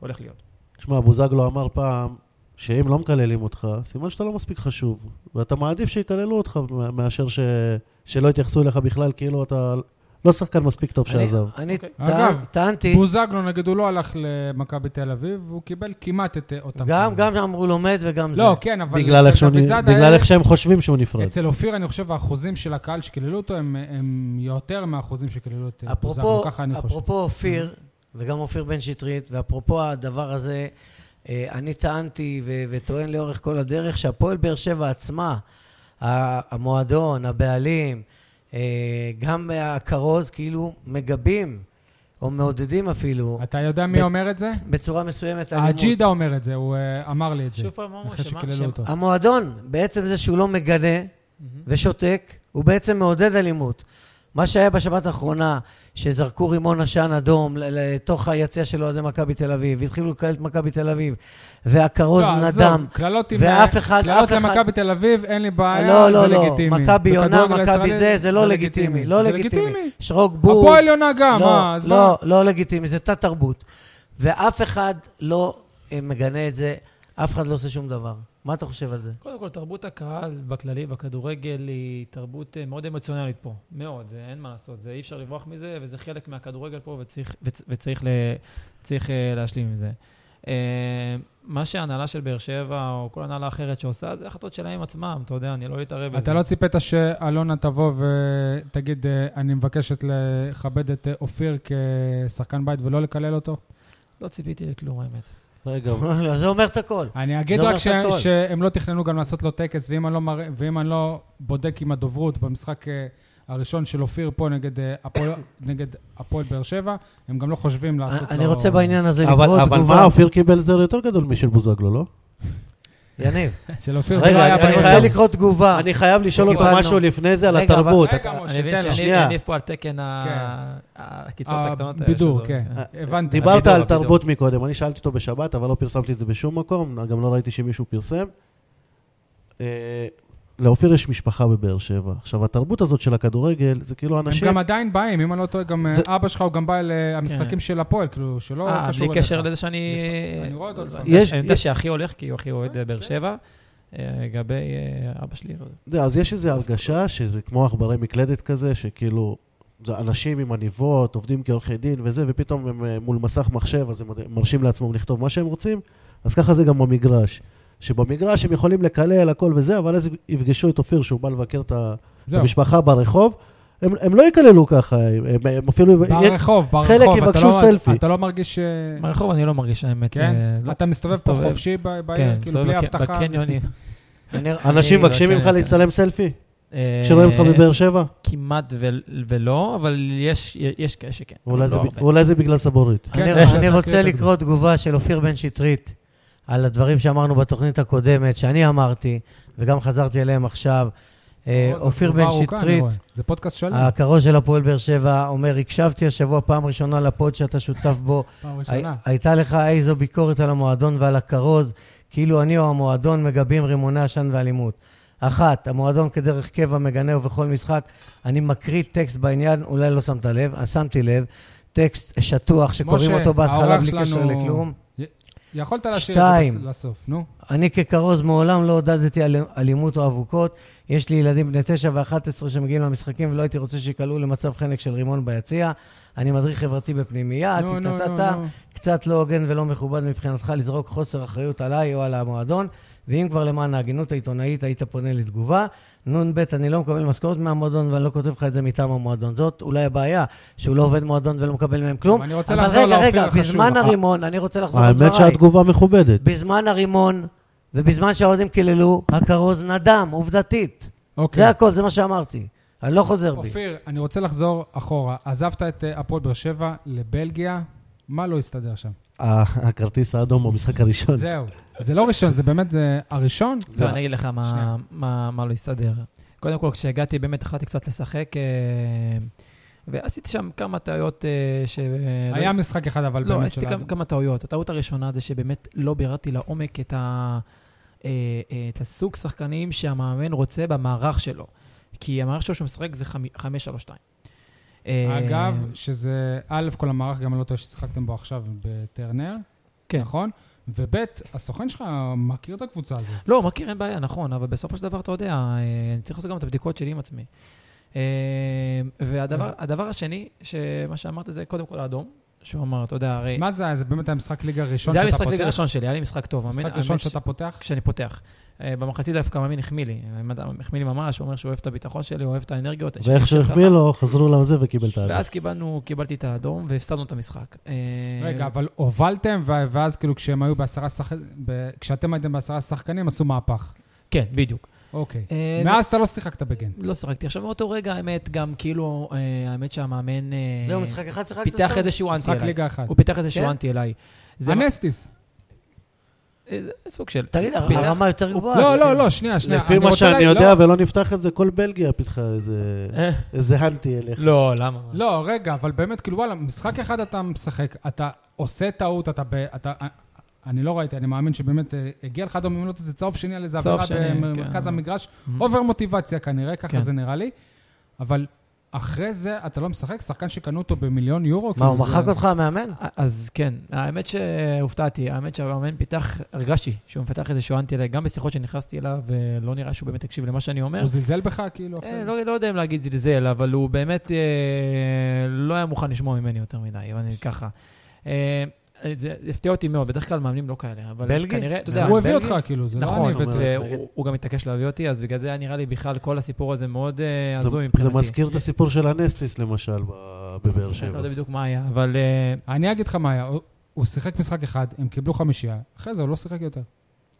Speaker 4: הולך להיות.
Speaker 2: תשמע, בוזגלו אמר פעם, שאם לא מקללים אותך, סימן שאתה לא מספיק חשוב, ואתה מעדיף שיקללו אותך מא- מאשר ש... שלא יתייחסו אליך בכלל, כאילו אתה לא שחקן מספיק טוב
Speaker 3: אני-
Speaker 2: שעזב.
Speaker 3: אני
Speaker 4: אוקיי.
Speaker 3: טען-
Speaker 1: אגב,
Speaker 3: טענתי,
Speaker 1: בוזגלו, נגיד, הוא לא הלך למכבי תל אביב, הוא קיבל כמעט את אה, אותם...
Speaker 3: גם
Speaker 1: תנאים.
Speaker 3: גם אמרו לו מת וגם זה.
Speaker 1: לא, כן, אבל...
Speaker 2: בגלל
Speaker 1: אצל
Speaker 2: איך שהוא
Speaker 1: דוד
Speaker 2: נ-
Speaker 1: זאדה
Speaker 2: בגלל
Speaker 1: היה-
Speaker 2: איך שהם חושבים שהוא נפרד.
Speaker 1: אצל אופיר, אני חושב, האחוזים של הקהל שקיללו אותו הם- אה, הם יותר מהאחוזים שקיללו את אה, בוזגלו,
Speaker 3: אפרופו,
Speaker 1: ככה אני חושב. Mm-hmm.
Speaker 3: אפרופו אופיר, וגם אופיר בן שטרית, ואפרופו הדבר הזה, אה, אני טענתי ו- וטוען לאורך כל הדרך שהפועל באר שבע עצמה, ה- המועדון, הבעלים, אה, גם הכרוז, כאילו מגבים, או מעודדים אפילו,
Speaker 1: אתה יודע מי
Speaker 3: ב-
Speaker 1: אומר את זה?
Speaker 3: בצורה מסוימת אלימות.
Speaker 1: הג'ידה אומר את זה, הוא אה, אמר לי את זה.
Speaker 4: שוב פעם, אמרו
Speaker 1: אחרי
Speaker 4: שמה-
Speaker 1: שקיללו
Speaker 4: שמה-
Speaker 1: אותו.
Speaker 3: המועדון, בעצם זה שהוא לא מגנה,
Speaker 4: מהמם.
Speaker 3: ושותק, הוא בעצם מעודד אלימות. מה שהיה בשבת האחרונה, שזרקו רימון עשן אדום ל- לתוך היציע של אוהדי מכבי תל אביב, והתחילו לקלל את מכבי תל אביב, והכרוז
Speaker 1: לא, עזוב,
Speaker 3: נדם.
Speaker 1: קללות עם-
Speaker 3: ואף אחד-
Speaker 1: קללות
Speaker 3: אף אחד-
Speaker 1: למכבי תל אביב, אין לי בעיה,
Speaker 3: לא,
Speaker 1: זה
Speaker 3: לא, לא,
Speaker 1: לגיטימי.
Speaker 3: מכבי יונה,
Speaker 1: בכדורגל
Speaker 3: מכבי
Speaker 1: הישראלי
Speaker 3: זה, זה לא לגיטימי, לא
Speaker 1: זה
Speaker 3: לגיטימי. שרוק בוז.
Speaker 1: הפועל יונה גם,
Speaker 3: לא,
Speaker 1: מה, אז מה?
Speaker 3: לא, לא לגיטימי, זה תת-תרבות. ואף אחד לא אה, מגנה את זה, אף אחד לא עושה שום דבר. מה אתה חושב על זה?
Speaker 4: קודם כל, תרבות הקהל בכללי, בכדורגל, היא תרבות אה, מאוד אמוציונלית פה. מאוד, זה אין מה לעשות. זה אי אפשר לברוח מזה, וזה חלק מהכדורגל פה, וצריך, וצ- וצריך ל, צריך, אה, להשלים עם זה. אה, מה שההנהלה של באר שבע, או כל הנהלה אחרת שעושה, זה החלטות שלהם עצמם, אתה יודע, אני לא אתערב בזה.
Speaker 1: אתה לא ציפית שאלונה תבוא ותגיד, אה, אני מבקשת לכבד את אה, אופיר כשחקן בית ולא לקלל אותו?
Speaker 4: לא ציפיתי לכלום, האמת.
Speaker 2: רגע,
Speaker 3: לא, זה אומר את הכל.
Speaker 1: אני אגיד
Speaker 3: זה
Speaker 1: רק
Speaker 3: אומר
Speaker 1: ש-
Speaker 3: את הכל.
Speaker 1: שהם לא תכננו גם לעשות לו טקס, ואם אני לא מרא- ואם אני לא בודק עם הדוברות במשחק אה, הראשון של אופיר פה נגד אה, הפועל- נגד הפועל באר שבע, הם גם לא חושבים לעשות לו...
Speaker 3: אה, אני רוצה בעניין הזה
Speaker 2: אבל,
Speaker 3: לקרוא
Speaker 2: אבל
Speaker 3: תגובה.
Speaker 2: מה, אופיר קיבל זר יותר גדול משל בוזגלו, לא?
Speaker 3: יניב.
Speaker 1: של אופיר זה
Speaker 3: רגע,
Speaker 1: לא היה
Speaker 3: אני אני
Speaker 1: בעיה.
Speaker 3: רוצה לקרוא תגובה.
Speaker 2: אני חייב לשאול אותו
Speaker 3: קיבלנו.
Speaker 2: משהו לפני זה על
Speaker 3: רגע, אבל-
Speaker 2: התרבות.
Speaker 1: רגע,
Speaker 2: אתה-
Speaker 1: משה,
Speaker 4: אני מבין אה,
Speaker 1: תן לו.
Speaker 4: שאני
Speaker 2: שנייה.
Speaker 4: יניב פה על תקן ה-
Speaker 1: כן.
Speaker 4: הקיצות הקטנות האלה.
Speaker 1: הבידור,
Speaker 4: שזה-
Speaker 1: כן.
Speaker 3: אה,
Speaker 1: הבנתי.
Speaker 2: דיברת
Speaker 4: הבידור,
Speaker 2: על
Speaker 4: הבידור.
Speaker 2: תרבות מקודם, אני שאלתי אותו בשבת, אבל לא פרסמתי את זה בשום מקום, גם לא ראיתי שמישהו פרסם. אה, לאופיר יש משפחה בבאר שבע. עכשיו, התרבות הזאת של הכדורגל, זה כאילו
Speaker 1: הם
Speaker 2: אנשים...
Speaker 1: גם עדיין באים, אם אני לא טועה, גם אה,
Speaker 2: זה-
Speaker 1: אבא שלך הוא גם בא
Speaker 3: כן.
Speaker 1: למשחקים של הפועל, כאילו, שלא
Speaker 4: אה,
Speaker 1: קשור
Speaker 4: בלי
Speaker 1: אליך.
Speaker 4: קשר לזה שאני...
Speaker 1: לפעמים. אני רואה אותו
Speaker 4: אני
Speaker 1: לפעמים.
Speaker 4: יודע-
Speaker 2: יש-
Speaker 4: אני יודע
Speaker 2: יש-
Speaker 4: שאחי הולך, כי הוא הכי אוהד באר
Speaker 1: כן.
Speaker 4: שבע. אה, לגבי אה, אבא שלי, לא יודע.
Speaker 2: אתה יודע, אז יש איזו הרגשה שזה כמו עכברי מקלדת כזה, שכאילו, זה אנשים עם עניבות, עובדים כעורכי דין וזה, ופתאום הם אה, מול מסך מחשב, אז הם מרשים לעצמם לכתוב מה שהם רוצים, אז ככה זה גם במגרש. שבמגרש הם יכולים לקלל הכל וזה, אבל אז יפגשו את אופיר שהוא בא לבקר את ה- את
Speaker 1: זהו,
Speaker 2: המשפחה ברחוב, הם, הם לא יקללו ככה, הם, הם, הם
Speaker 3: אה,
Speaker 2: אפילו...
Speaker 1: ברחוב, ברחוב.
Speaker 2: חלק
Speaker 1: אתה
Speaker 2: יבקשו
Speaker 1: לא-
Speaker 2: סלפי.
Speaker 1: אתה לא מרגיש... אה,
Speaker 4: ברחוב אני לא מרגיש האמת.
Speaker 1: כן?
Speaker 4: אה, לא-
Speaker 1: אתה מסתובב פה
Speaker 4: מסתובב.
Speaker 1: חופשי ב-
Speaker 4: כן,
Speaker 1: בעיר, כאילו,
Speaker 4: מסתובב
Speaker 1: בלי
Speaker 4: בק-
Speaker 1: אבטחה.
Speaker 4: בקניונים.
Speaker 3: אני-
Speaker 2: אנשים
Speaker 3: אני-
Speaker 2: מבקשים
Speaker 4: לא
Speaker 2: ממך
Speaker 4: אתן-
Speaker 2: להצטלם סלפי,
Speaker 4: אה,
Speaker 2: כשרואים אותך בבאר שבע?
Speaker 4: כמעט ו- ולא, אבל יש- יש כאלה שכן.
Speaker 2: אולי
Speaker 4: אבל
Speaker 2: זה
Speaker 4: לא
Speaker 2: ב-
Speaker 4: הרבה.
Speaker 2: אולי זה בגלל סבורית.
Speaker 1: כן,
Speaker 3: אני-
Speaker 1: אתה רוצה
Speaker 3: אני
Speaker 1: להקריא
Speaker 3: רוצה
Speaker 1: את
Speaker 3: לקרוא תגובה של אופיר בן שטרית על הדברים שאמרנו בתוכנית הקודמת, שאני אמרתי, וגם חזרתי אליהם עכשיו. אה,
Speaker 1: זו
Speaker 3: אופיר
Speaker 1: תגובה
Speaker 3: בן
Speaker 1: ארוכה, אני
Speaker 3: שטרית, אה,
Speaker 1: רואה. לא. זה פודקאסט שלם.
Speaker 3: הכרוז של הפועל באר שבע, אומר, הקשבתי השבוע פעם ראשונה לפוד שאתה שותף בו.
Speaker 1: פעם ראשונה.
Speaker 3: הי- הייתה לך איזו ביקורת על המועדון ועל הכרוז, כאילו אני או המועדון מגבים רימוני עשן ואלימות. אחת, המועדון כדרך קבע מגנה ובכל משחק, אני מקריא טקסט בעניין, אולי לא שמת לב, אה, שמתי לב, טקסט שטוח שקוראים
Speaker 1: משה,
Speaker 3: אותו בהתחלה
Speaker 1: האורח
Speaker 3: בלי קשר
Speaker 1: שלנו-
Speaker 3: לכלום.
Speaker 1: יכולת להשאיר את זה
Speaker 3: שתיים.
Speaker 1: בס- לסוף, נו.
Speaker 3: אני ככרוז מעולם לא עודדתי אל- אלימות או אבוקות. יש לי ילדים בני 9 ו-11 שמגיעים למשחקים ולא הייתי רוצה שיקלעו למצב חנק של רימון ביציע. אני מדריך חברתי בפנימייה,
Speaker 1: נו, נו, נו,
Speaker 3: טטטטה.
Speaker 1: נו.
Speaker 3: קצת לא הוגן ולא מכובד מבחינתך לזרוק חוסר אחריות עליי או על המועדון, ואם כבר למען ההגינות העיתונאית היית פונה לתגובה. נ"ב, אני לא מקבל משכורת מהמועדון ואני לא כותב לך את זה מטעם המועדון. זאת אולי הבעיה, שהוא לא עובד מועדון ולא מקבל מהם כלום.
Speaker 1: אני רוצה
Speaker 3: אבל
Speaker 1: לחזור
Speaker 3: רגע,
Speaker 1: לאופיר
Speaker 3: רגע,
Speaker 1: החשוב.
Speaker 3: בזמן הרימון, אני רוצה לחזור על
Speaker 2: האמת
Speaker 3: לא דבריי.
Speaker 2: שהתגובה מכובדת.
Speaker 3: בזמן הרימון ובזמן שהאוהדים קיללו, הכרוז נדם, עובדתית.
Speaker 1: אוקיי.
Speaker 3: זה הכל, זה מה שאמרתי. אני לא חוזר בי.
Speaker 1: אופיר, אני רוצה לחזור אחורה. עזבת את אה, הפועל באר שבע לבלגיה, מה לא הסתדר שם?
Speaker 2: ה- הכרטיס האדום במשחק הראשון.
Speaker 1: זהו. זה לא ראשון, זה באמת זה הראשון?
Speaker 4: לא, אני אגיד לך מה-
Speaker 1: שנייה.
Speaker 4: מה מה לא הסתדר. קודם כל, כשהגעתי, באמת החלטתי קצת לשחק. אה, ועשיתי שם כמה טעויות אה, ש...
Speaker 1: היה משחק אחד, אבל
Speaker 4: לא,
Speaker 1: באמת
Speaker 4: עשיתי כמה, כמה טעויות. הטעות הראשונה זה שבאמת לא ביררתי לעומק את, ה, אה, אה, את הסוג שחקנים שהמאמן רוצה במערך שלו. כי המערך שלו שהוא משחק זה חמי- 5-3-2. אה,
Speaker 1: אגב, שזה, א', כל המערך, גם אני לא טועה ששיחקתם בו עכשיו בטרנר,
Speaker 4: כן.
Speaker 1: נכון? וב', הסוכן שלך מכיר את הקבוצה הזאת.
Speaker 4: לא, מכיר, אין בעיה, נכון, אבל בסופו של דבר, אתה יודע, אה, אני צריך לעשות גם את הבדיקות שלי עם עצמי. אה, והדבר
Speaker 1: אז-
Speaker 4: הדבר השני, שמה שאמרת זה קודם כל האדום, שהוא אמר, אתה יודע, הרי...
Speaker 1: מה זה, היה? זה באמת היה משחק ליגה ראשון
Speaker 4: אה,
Speaker 1: שאתה
Speaker 4: זה היה
Speaker 1: פותח?
Speaker 4: משחק ליגה ראשון שלי, היה לי משחק טוב.
Speaker 1: משחק
Speaker 4: האמן-
Speaker 1: ראשון
Speaker 4: האמן
Speaker 1: שאתה פותח?
Speaker 4: כשאני פותח. אה, במחצית דווקא מאמין החמיא לי, האמת, החמיא לי ממש, הוא אומר שהוא אוהב את הביטחון שלי, הוא אוהב את האנרגיות. שאני
Speaker 2: ואיך
Speaker 4: חושב
Speaker 2: שהחמיא
Speaker 4: ככה.
Speaker 2: לו, חזרו לו זה וקיבל את האדום.
Speaker 4: ואז קיבלנו, קיבלתי את האדום והפסדנו את המשחק. אה,
Speaker 1: רגע, אבל הובלתם, ו- ואז כאילו כשהם היו בעשרה שחקנים, כשאתם הייתם בעשרה שחקנים, עשו מהפך.
Speaker 4: כן, בדיוק.
Speaker 1: אוקיי.
Speaker 4: אה,
Speaker 1: מאז אתה לא שיחקת בגן.
Speaker 4: לא שיחקתי. עכשיו, מאותו רגע, האמת, גם כאילו, אה, האמת שהמאמן אה,
Speaker 3: זהו, משחק אחד שיחקת
Speaker 4: פיתח
Speaker 3: סתם?
Speaker 4: איזשהו אנטי
Speaker 1: משחק
Speaker 4: אליי.
Speaker 1: ליגה אחת.
Speaker 4: הוא פיתח איזשהו
Speaker 3: כן?
Speaker 4: אנטי אליי. זה מה-
Speaker 1: הנסטיס.
Speaker 4: אה, זה סוג של...
Speaker 3: תגיד,
Speaker 4: פיתח-
Speaker 3: הרמה יותר גבוהה.
Speaker 1: לא,
Speaker 3: זה-
Speaker 1: לא, לא, שנייה, שנייה.
Speaker 2: לפי
Speaker 1: אני
Speaker 2: מה
Speaker 1: רוצה
Speaker 2: שאני
Speaker 1: לה-
Speaker 2: יודע,
Speaker 1: לא,
Speaker 2: ולא נפתח את זה, כל בלגיה פיתחה איזה-
Speaker 4: אה,
Speaker 2: איזה האנטי אליך.
Speaker 4: לא, למה?
Speaker 1: לא, רגע, אבל באמת, כאילו, וואלה, משחק אחד אתה משחק, אתה עושה טעות, אתה... ב- אתה אני לא ראיתי, אני מאמין שבאמת אה, הגיע לך אדום, אם לא זה צהוב שני על איזה
Speaker 4: צהוב
Speaker 1: עבירה
Speaker 4: שני,
Speaker 1: במרכז
Speaker 4: כן.
Speaker 1: המגרש.
Speaker 4: Mm.
Speaker 1: אובר מוטיבציה כנראה, ככה
Speaker 4: כן.
Speaker 1: זה נראה לי. אבל אחרי זה אתה לא משחק, שחקן שקנו אותו במיליון יורו.
Speaker 3: מה,
Speaker 1: כאילו,
Speaker 3: הוא
Speaker 1: זה-
Speaker 3: מחק אותך המאמן?
Speaker 4: אז כן, האמת שהופתעתי, האמת שהמאמן פיתח, הרגשתי שהוא מפתח איזשהו אנטי אליי, גם בשיחות שנכנסתי אליו, ולא נראה שהוא באמת הקשיב למה שאני אומר.
Speaker 1: הוא זלזל בך, כאילו?
Speaker 4: אה,
Speaker 1: אחרי-
Speaker 4: לא, לא יודע אם להגיד זלזל, אבל הוא באמת אה, לא היה מוכן לשמוע ממני יותר מדי, אבל אני ככה. אה, זה הפתיע אותי מאוד, בדרך כלל מאמנים לא כאלה, אבל
Speaker 3: בלגי?
Speaker 4: כנראה, אתה יודע,
Speaker 1: הוא
Speaker 3: בלגי?
Speaker 1: הביא אותך, כאילו, זה לא
Speaker 4: נכון,
Speaker 1: אני הבאתי.
Speaker 2: אומר,
Speaker 4: והוא-
Speaker 2: נגיד-
Speaker 4: הוא גם התעקש להביא אותי, אז בגלל זה היה נראה לי בכלל כל הסיפור הזה מאוד אה,
Speaker 2: זה-
Speaker 4: הזוי
Speaker 2: זה
Speaker 4: מבחינתי.
Speaker 2: מזכיר את הסיפור של הנסטיס, למשל, ב- בבאר
Speaker 4: אני לא
Speaker 2: שבע.
Speaker 4: יודע בדיוק מה היה, אבל... אה,
Speaker 1: אני אגיד לך מה היה, הוא- הוא שיחק משחק אחד, הם קיבלו חמישייה, אחרי זה הוא לא שיחק יותר.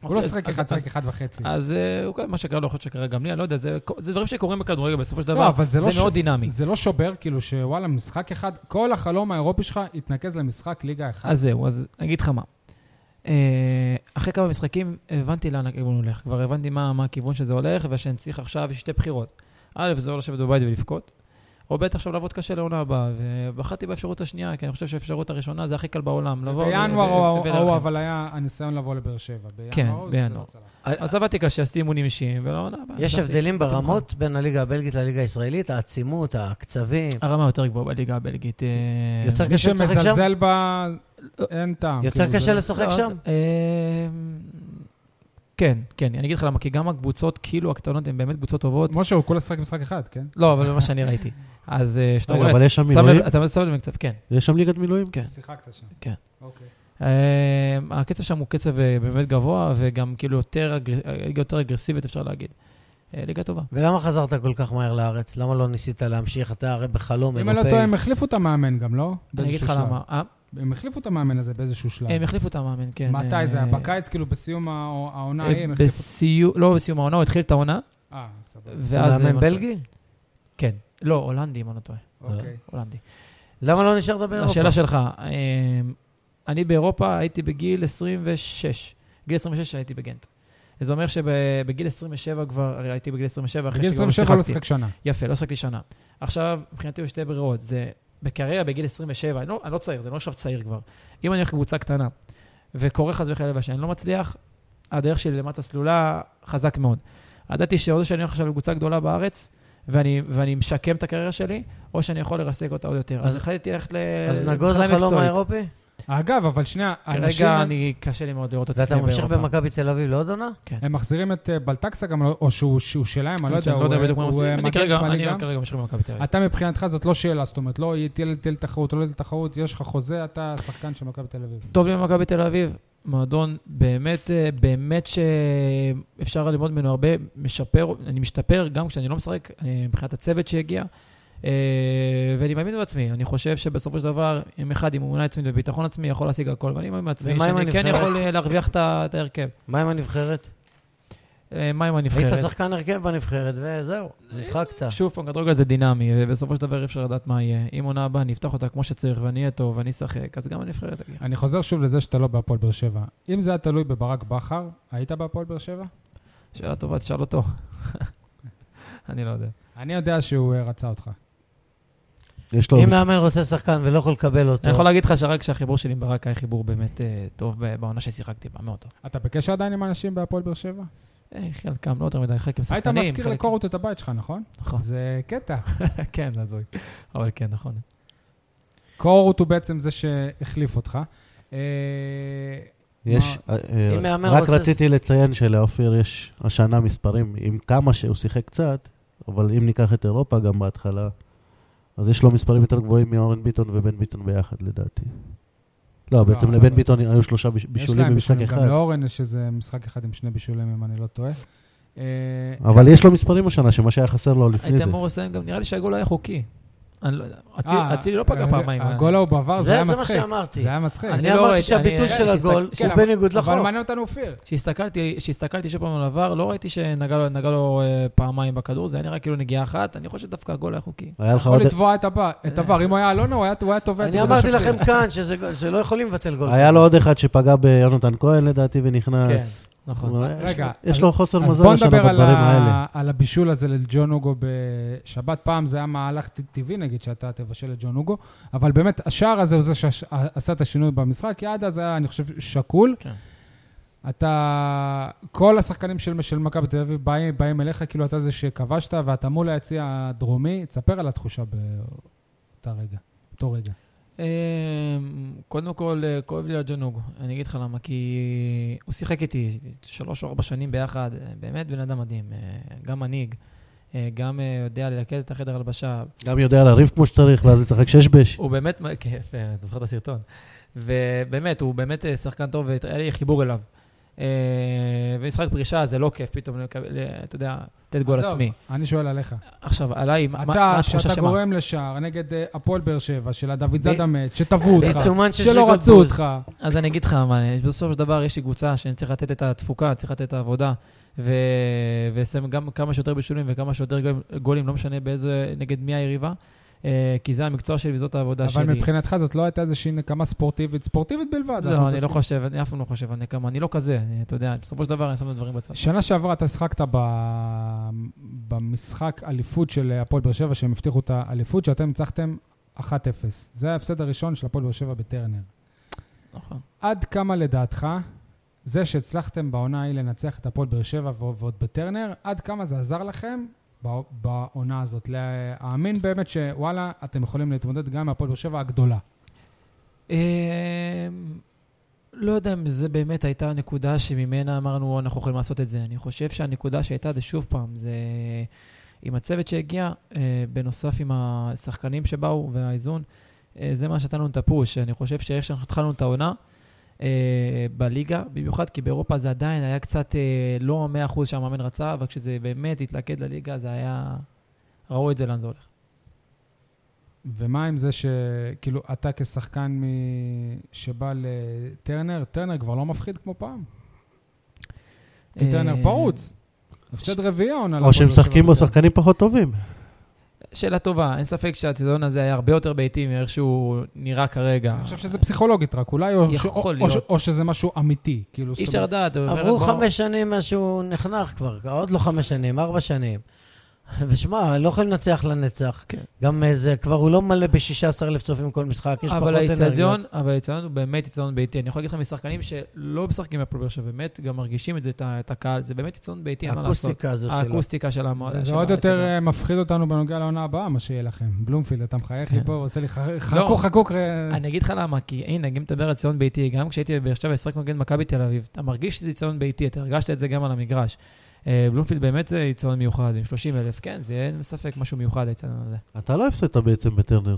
Speaker 1: הוא לא
Speaker 4: אוקיי,
Speaker 1: שיחק
Speaker 4: אז-
Speaker 1: אחד,
Speaker 4: אז-
Speaker 1: שיחק אחד וחצי.
Speaker 4: אז אה, הוא קרה- מה שקרה לו, יכול להיות שקרה גם לי, אני לא יודע, זה זה דברים שקורים בכדורגל בסופו של
Speaker 1: לא,
Speaker 4: דבר,
Speaker 1: אבל זה
Speaker 4: זה
Speaker 1: לא ש-
Speaker 4: מאוד דינמי.
Speaker 1: זה לא שובר, כאילו, שוואלה, משחק אחד, כל החלום האירופי שלך התנקז למשחק ליגה אחד.
Speaker 4: אז זהו, אז אני אגיד לך מה. אה, אחרי כמה משחקים הבנתי לאן הכיוון הולך. כבר הבנתי מה, מה הכיוון שזה הולך, ושאני צריך עכשיו שתי בחירות. א', זה או לשבת בבית ולבכות, או ב', עכשיו לעבוד קשה לעונה הבאה. ובחרתי באפשרות השנייה, כי אני חושב שהאפשרות הראשונה זה הכי קל בעולם. לבוא ו-
Speaker 1: בינואר
Speaker 4: ו-
Speaker 1: ההוא-
Speaker 4: ולהרחיב.
Speaker 1: ההוא, אבל היה הניסיון לבוא לבאר שבע. בינואר
Speaker 4: כן,
Speaker 1: ההוא זה
Speaker 4: בינואר.
Speaker 1: לא צלח.
Speaker 4: אז עבדתי קשה, עשיתי אימונים אישיים, ולעונה הבאה.
Speaker 3: יש
Speaker 4: חשבתי-
Speaker 3: הבדלים
Speaker 4: אתה מוכן.
Speaker 3: ברמות בין הליגה הבלגית לליגה הישראלית? העצימות, הקצבים,
Speaker 1: אה,
Speaker 4: הרמה יותר גבוהה בליגה הבלגית. אה,
Speaker 3: יותר
Speaker 1: מי
Speaker 3: קשה לשחק שם?
Speaker 1: שמזלזל בה, אין טעם.
Speaker 3: יותר
Speaker 1: כאילו,
Speaker 3: קשה
Speaker 1: זה-
Speaker 3: לשחק
Speaker 4: לא,
Speaker 3: שם?
Speaker 4: אז, אמ, כן, כן, אני אגיד לך למה, כי גם הקבוצות, כאילו הקטנות, הן באמת קבוצות טובות.
Speaker 1: משה, הוא כולה שיחק משחק אחד, כן?
Speaker 4: לא, אבל זה מה שאני ראיתי. אז אה, שאתה
Speaker 2: רגע,
Speaker 4: רואה,
Speaker 2: אבל יש שם
Speaker 4: שם לב-
Speaker 2: מילואים?
Speaker 4: אתה שם לב למקצב, כן.
Speaker 2: יש שם ליגת מילואים?
Speaker 4: כן.
Speaker 1: שיחקת שם.
Speaker 4: כן.
Speaker 1: אוקיי.
Speaker 4: אה, הקצב שם הוא קצב אה, באמת גבוה, וגם כאילו יותר אגר- אה, ליגה יותר אגרסיבית, אפשר להגיד. אה, ליגה טובה.
Speaker 3: ולמה חזרת כל כך מהר לארץ? למה לא ניסית להמשיך? אתה הרי בחלום
Speaker 1: אם אני לא טועה, הם
Speaker 3: אירופאי.
Speaker 1: החליפו את המאמן גם, לא?
Speaker 4: אני אגיד
Speaker 1: באיזשהו
Speaker 4: לך
Speaker 1: שלב.
Speaker 4: למה. אה,
Speaker 1: הם החליפו את המאמן הזה באיזשהו שלב.
Speaker 4: הם החליפו את המאמן, כן.
Speaker 1: מתי זה היה?
Speaker 4: אה,
Speaker 1: בקיץ, כאילו, בסיום הע- העונה
Speaker 4: אה,
Speaker 1: ההיא הם החליפו...
Speaker 4: בסיום, לא בסיום העונה, הוא התחיל את העונה,
Speaker 1: אה, סבבה.
Speaker 4: ואז...
Speaker 3: מאמן
Speaker 4: אה,
Speaker 3: בלגי?
Speaker 4: כן. לא, הולנדי, אם אני לא טועה.
Speaker 1: אוקיי.
Speaker 4: הולנדי.
Speaker 3: למה לא נשארת באירופה?
Speaker 4: השאלה שלך, אה, אני באירופה הייתי בגיל 26. בגיל 26 הייתי בגנט. זה אומר שבגיל 27 כבר, הרי הייתי בגיל 27 אחרי
Speaker 1: בגיל
Speaker 4: שכבר
Speaker 1: 27 לא
Speaker 4: שיחקתי.
Speaker 1: שיחק שנה.
Speaker 4: יפה, לא שחקתי שנה. עכשיו, מבחינתי יש שתי ברירות. זה בקריירה בגיל 27, אני לא, אני לא צעיר, זה לא עכשיו צעיר כבר. אם אני הולך לקבוצה קטנה, וקורה חס וחלילה שאני לא מצליח, הדרך שלי למטה סלולה חזק מאוד. ידעתי שאו שאני הולך עכשיו לקבוצה גדולה בארץ, ואני, ואני משקם את הקריירה שלי, או שאני יכול לרסק אותה עוד יותר.
Speaker 3: אז-
Speaker 4: אז החלטתי ללכת ל...
Speaker 3: אז נגוז
Speaker 4: מבחינה
Speaker 3: החלום
Speaker 4: מקצועית.
Speaker 1: לא
Speaker 3: האירופי?
Speaker 1: אגב, אבל שנייה, אנשים...
Speaker 4: כרגע אני, קשה לי מאוד לראות אותי
Speaker 3: ואתה ממשיך במכבי תל אביב לעוד עונה?
Speaker 1: הם מחזירים את אה, בלטקסה גם, או שהוא שהוא שלהם, אני לא יודע,
Speaker 4: אני לא יודע
Speaker 1: הוא, אה,
Speaker 4: בדיוק מה הם
Speaker 1: הוא
Speaker 4: עושים.
Speaker 1: אה,
Speaker 4: אני
Speaker 1: מגן
Speaker 4: כרגע-
Speaker 1: שמאלי גם.
Speaker 4: אני כרגע אה. ממשיך במכבי תל אביב.
Speaker 1: אתה מבחינתך זאת לא שאלה, זאת אומרת, לא יהיה- תהיה תהיה לתחרות או לא תהיה לתחרות, יש לך חוזה, אתה שחקן של מכבי תל אביב.
Speaker 4: טוב לי במכבי תל אביב, מועדון באמת, אה, באמת שאפשר ללמוד ממנו הרבה, משפר, אני משתפר גם כשאני לא משחק, אה, מבחינת הצוות שהגיע, אה, ואני מאמין בעצמי, אני חושב שבסופו של דבר, עם אחד, עם אמונה עצמית וביטחון עצמי, יכול להשיג הכל, ואני מאמין בעצמי,
Speaker 3: ומה עם
Speaker 4: שאני כן
Speaker 3: הנבחרת?
Speaker 4: יכול אה, להרוויח את ה- את ההרכב.
Speaker 3: מה עם הנבחרת?
Speaker 4: אה, מה עם
Speaker 3: היית
Speaker 4: הנבחרת?
Speaker 3: שחקן הרכב בנבחרת, וזהו, נדחקת.
Speaker 4: שוב פעם, כדורגל זה דינמי, ובסופו של דבר אי אפשר לדעת מה יהיה. אם עונה הבאה, אני אפתח אותה כמו שצריך, ואני אהיה טוב, ואני אשחק, אז גם הנבחרת תגיע.
Speaker 1: אני חוזר שוב לזה שאתה לא בהפועל באר שבע. אם זה היה תלוי בברק בכר, היית בהפועל באר שבע?
Speaker 4: שאלה טובה, תשאל אותו. אני לא יודע.
Speaker 1: אני יודע שהוא אה, רצה אותך.
Speaker 2: יש לו...
Speaker 3: אם מאמן רוצה שחקן ולא יכול לקבל אותו,
Speaker 4: אני יכול להגיד לך שרק שהחיבור שלי עם ברק היה חיבור באמת אה, טוב ב- בעונה ששיחקתי בה, מאוד טוב.
Speaker 1: אתה בקשר עדיין עם אנשים בהפועל באר שבע?
Speaker 4: אה, חלקם לא יותר מדי, חלק עם
Speaker 1: היית
Speaker 4: שחקנים.
Speaker 1: מזכיר
Speaker 4: חלק-
Speaker 1: לקורות את הבית שלך, נכון?
Speaker 4: נכון,
Speaker 1: זה קטע.
Speaker 4: כן, זה הזוי. אבל כן, נכון.
Speaker 1: קורות הוא בעצם זה שהחליף אותך. אה,
Speaker 2: יש... אה, אה,
Speaker 3: אם מאמן
Speaker 2: רק
Speaker 3: רוצה-
Speaker 2: רציתי לציין שלאופיר יש השנה מספרים, עם כמה שהוא שיחק קצת, אבל אם ניקח את אירופה גם בהתחלה, אז יש לו מספרים יותר גבוהים מאורן ביטון ובן ביטון ביחד, לדעתי. לא, בעצם
Speaker 1: אבל-
Speaker 2: לבן ביטון היו שלושה ביש- בישולים
Speaker 1: יש
Speaker 2: במשחק
Speaker 1: להם בישולים,
Speaker 2: אחד.
Speaker 1: גם לאורן יש איזה משחק אחד עם שני בישולים, אם אני לא טועה. אה,
Speaker 2: אבל יש לו מספרים השנה, שמה שהיה חסר לו לפני
Speaker 4: היית
Speaker 2: זה.
Speaker 4: אמור לסיים גם, נראה לי שהגול היה חוקי. אני לא יודע, אצילי-
Speaker 1: אה,
Speaker 4: אצילי לא פגע
Speaker 1: אה,
Speaker 4: פעמיים.
Speaker 1: הגול ההוא בעבר, זה
Speaker 3: זה
Speaker 1: היה
Speaker 3: זה מה
Speaker 1: מצחיק.
Speaker 3: שאמרתי.
Speaker 1: זה היה מצחיק.
Speaker 4: אני
Speaker 3: אני נכון.
Speaker 4: לא
Speaker 3: אמרתי
Speaker 4: ראיתי,
Speaker 3: שהביטול
Speaker 4: אני-
Speaker 3: של
Speaker 4: שהסתכל-
Speaker 3: הגול
Speaker 1: כן,
Speaker 3: הוא בניגוד לחוק.
Speaker 1: אבל מעניין אותנו אופיר.
Speaker 4: כשהסתכלתי, כשהסתכלתי שוב פעם על עבר, לא ראיתי שנגע לו, נגע לו אה, פעמיים בכדור, זה היה נראה כאילו נגיעה אחת, אני חושב שדווקא הגול היה חוקי.
Speaker 2: היה לך
Speaker 1: יכול
Speaker 2: עוד-
Speaker 1: לתבוע את הבא- את עבר. אם הוא היה אלונה, הוא היה- הוא היה תובע את
Speaker 3: אני
Speaker 1: נקודת
Speaker 3: אמרתי
Speaker 1: השופטים.
Speaker 3: לכם כאן שזה גול- שלא יכולים לבטל גול.
Speaker 2: היה
Speaker 3: כזה.
Speaker 2: לו עוד אחד שפגע ביונתן כהן לדעתי ונכנס.
Speaker 4: נכון.
Speaker 2: כלומר, יש-
Speaker 1: כן, רגע,
Speaker 2: יש
Speaker 1: אז-
Speaker 2: לו חוסר
Speaker 1: אז
Speaker 2: מזל
Speaker 1: בוא
Speaker 2: השנה
Speaker 1: נדבר על,
Speaker 2: בדברים האלה.
Speaker 1: ה... על הבישול הזה לג'ון אוגו בשבת. פעם זה היה מהלך ט- טבעי, נגיד, שאתה תבשל את ג'ון אוגו, אבל באמת, השער הזה הוא זה שעשה את השינוי במשחק, כי עד אז היה, אני חושב, שקול.
Speaker 4: כן.
Speaker 1: אתה... כל השחקנים של, של מכבי תל אביב באים, באים אליך, כאילו אתה זה שכבשת, ואתה מול היציע הדרומי. תספר על התחושה באותה רגע, אותו רגע.
Speaker 4: אה, קודם כל, אה, כואב לי על ג'נוג. אני אגיד לך למה, כי הוא שיחק איתי שלוש או ארבע שנים ביחד, אה, באמת בן אדם מדהים. אה, גם מנהיג, אה, גם אה, יודע ללכד את החדר הלבשה.
Speaker 2: גם יודע לריב כמו שצריך, ואז לשחק שש בש.
Speaker 4: הוא באמת, מ- כן, יפה, אתה זוכר את הסרטון. ובאמת, הוא באמת אה, שחקן טוב, והיה לי חיבור אליו. אה, במשחק פרישה זה לא כיף פתאום, לקבל, אה, אתה יודע, לתת גול
Speaker 1: עזוב,
Speaker 4: עצמי.
Speaker 1: אני שואל עליך.
Speaker 4: עכשיו, עליי, מה- מה
Speaker 1: אתה,
Speaker 4: התחושה
Speaker 1: שאתה
Speaker 4: שמה?
Speaker 1: גורם לשער נגד אה, הפועל באר שבע, של הדוד
Speaker 3: ב-
Speaker 1: זאדה מת, שתבעו אותך,
Speaker 3: בעיצומן של
Speaker 1: שלא
Speaker 3: שריקות
Speaker 1: רצו
Speaker 3: בוז.
Speaker 1: אותך.
Speaker 4: אז אני אגיד לך, מה, בסופו של דבר יש לי קבוצה שאני צריך לתת את התפוקה, צריך לתת את העבודה, ו... ולסיים גם כמה שיותר בישולים וכמה שיותר גולים- גולים, לא משנה באיזה, נגד מי היריבה, אה, כי זה המקצוע שלי וזאת העבודה שלי.
Speaker 1: אבל מבחינתך זאת לא הייתה איזושהי נקמה ספורטיבית, ספורטיבית בלבד. אנחנו
Speaker 4: לא, אני לא
Speaker 1: מתעסקים-
Speaker 4: חושב, אני אף פעם לא חושב על נקמה, אני לא כזה, אני- אתה יודע, בסופו של דבר אני שם את הדברים בצד.
Speaker 1: שנה שעברה אתה שחקת ב... במשחק אליפות של אה, הפועל באר שבע, שהם הבטיחו את האליפות, שאתם ניצחתם 1-0. זה ההפסד הראשון של הפועל באר שבע בטרנר.
Speaker 4: נכון.
Speaker 1: עד כמה לדעתך, זה שהצלחתם בעונה ההיא לנצח את הפועל באר שבע ו- ועוד בטרנר, עד כמה זה עזר לכם בע- בעונה הזאת? להאמין באמת שוואלה, אתם יכולים להתמודד גם עם הפועל באר שבע הגדולה.
Speaker 4: אמ, לא יודע אם זה באמת הייתה הנקודה שממנה אמרנו, אנחנו יכולים לעשות את זה. אני חושב שהנקודה שהייתה, זה שוב פעם, זה עם הצוות שהגיע, אה, בנוסף עם השחקנים שבאו והאיזון, אה, זה מה שנתן לנו את הפוש. אני חושב שאיך שאנחנו התחלנו את העונה, אה, בליגה, במיוחד כי באירופה זה עדיין היה קצת אה, לא המאה אחוז שהמאמן רצה, אבל כשזה באמת התלכד לליגה, זה היה... ראו את זה לאן זה הולך.
Speaker 1: ומה עם זה שכאילו אתה כשחקן מ... שבא לטרנר, טרנר כבר לא מפחיד כמו פעם. כי טרנר
Speaker 4: אה,
Speaker 1: פרוץ. הפסד רביעי העונה.
Speaker 2: או
Speaker 1: להפועל באר שבע
Speaker 2: שמשחקים בו
Speaker 1: בטרנר.
Speaker 2: שחקנים פחות טובים.
Speaker 4: שאלה טובה, אין ספק שהצידון הזה היה הרבה יותר ביתי מאיך שהוא נראה כרגע.
Speaker 1: אני חושב שזה פסיכולוגית רק, אולי, או, ש... או,
Speaker 4: יכול
Speaker 1: או, ש...
Speaker 4: להיות.
Speaker 1: או שזה משהו אמיתי. כאילו,
Speaker 4: אי
Speaker 1: זאת
Speaker 4: אפשר
Speaker 1: אומרת,
Speaker 4: לדעת. הוא
Speaker 3: עברו
Speaker 4: אומר, בוא-
Speaker 3: חמש שנים מאז שהוא נחנך כבר, עוד לא חמש שנים, ארבע שנים. ושמע, לא יכולים לנצח לנצח.
Speaker 4: כן.
Speaker 3: גם אה, זה, כבר הוא לא מלא ב-16 אלף צופים כל משחק, יש פחות
Speaker 4: אבל
Speaker 3: אנרגיות.
Speaker 4: האיצטדיון, אבל האיצטדיון הוא באמת איצטדיון ביתי. אני יכול להגיד לך משחקנים שלא משחקים בהפועל באר שבע, באמת גם מרגישים את זה, את ה- את הקהל, זה באמת איצטדיון ביתי, אין מה לעשות.
Speaker 3: האקוסטיקה הזו שלו.
Speaker 4: האקוסטיקה של המועדון.
Speaker 1: זה עוד יותר אה, מפחיד אותנו בנוגע לעונה הבאה, מה שיהיה לכם. בלומפילד, אתה מחייך לי
Speaker 4: כן.
Speaker 1: פה ועושה לי ח- חכו, חכו. קרא-
Speaker 4: אני אגיד לך למה, כי הנה, גם מדבר על ציון ביתי, גם כשהייתי בבאר שבע, השחקנו נגד מכבי תל אביב, אתה מרגיש שזה ציון ביתי, אתה הרגשת את זה גם על המגרש. אה, בלומפילד באמת זה ציון מיוחד, עם 30 אלף, כן, זה אין ספק משהו מיוחד, הציון הזה.
Speaker 2: אתה לא הפסדת בעצם בטרנר.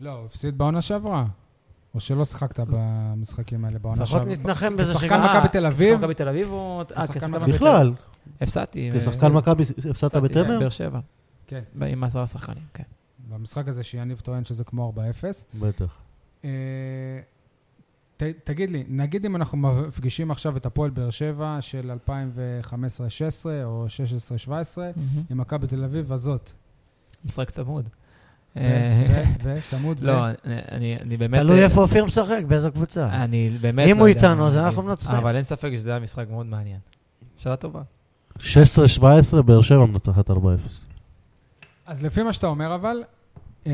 Speaker 1: לא, הוא הפסיד בעונה שעברה. או שלא שיחקת במשחקים האלה בעונה
Speaker 3: לפחות
Speaker 1: שעברה.
Speaker 3: נתנחם בזה
Speaker 1: נכון, כשחקן
Speaker 3: שגם...
Speaker 4: אה,
Speaker 1: מכבי תל אביב,
Speaker 4: מכבי תל אביב או... אה,
Speaker 1: כשחקן
Speaker 4: כשחקן
Speaker 1: מכבי
Speaker 4: מכבי תל אביב.
Speaker 2: בכלל,
Speaker 4: הפסדתי.
Speaker 1: אה,
Speaker 4: אה,
Speaker 2: כשחחקן מכבי הפסדת
Speaker 4: הפסדתי, אה,
Speaker 2: בטרנר?
Speaker 4: באר שבע.
Speaker 1: כן.
Speaker 4: ב- עם עשרה שחקנים, כן.
Speaker 1: במשחק הזה שיניב טוען שזה כמו 4-0.
Speaker 2: בטח.
Speaker 1: אה, ת- תגיד לי, נגיד אם אנחנו מפגישים עכשיו את הפועל באר שבע של 2015-2016 או 16-17 עם מכבי תל אביב הזאת,
Speaker 4: משחק צמוד.
Speaker 1: ו-
Speaker 4: אה,
Speaker 1: ו- וצמוד, ו-
Speaker 4: לא, אני- אני אני באמת... אה,
Speaker 3: תלוי איפה אופיר משחק, באיזו קבוצה.
Speaker 4: אני באמת...
Speaker 3: אם
Speaker 4: לא
Speaker 3: הוא
Speaker 4: יודע,
Speaker 3: איתנו, אז
Speaker 4: אני-
Speaker 3: אנחנו מנצחים.
Speaker 4: אבל אין ספק שזה היה משחק מאוד מעניין. שאלה טובה.
Speaker 2: 16-17, באר שבע מנצחת 4-0.
Speaker 1: אז לפי מה שאתה אומר, אבל, אה,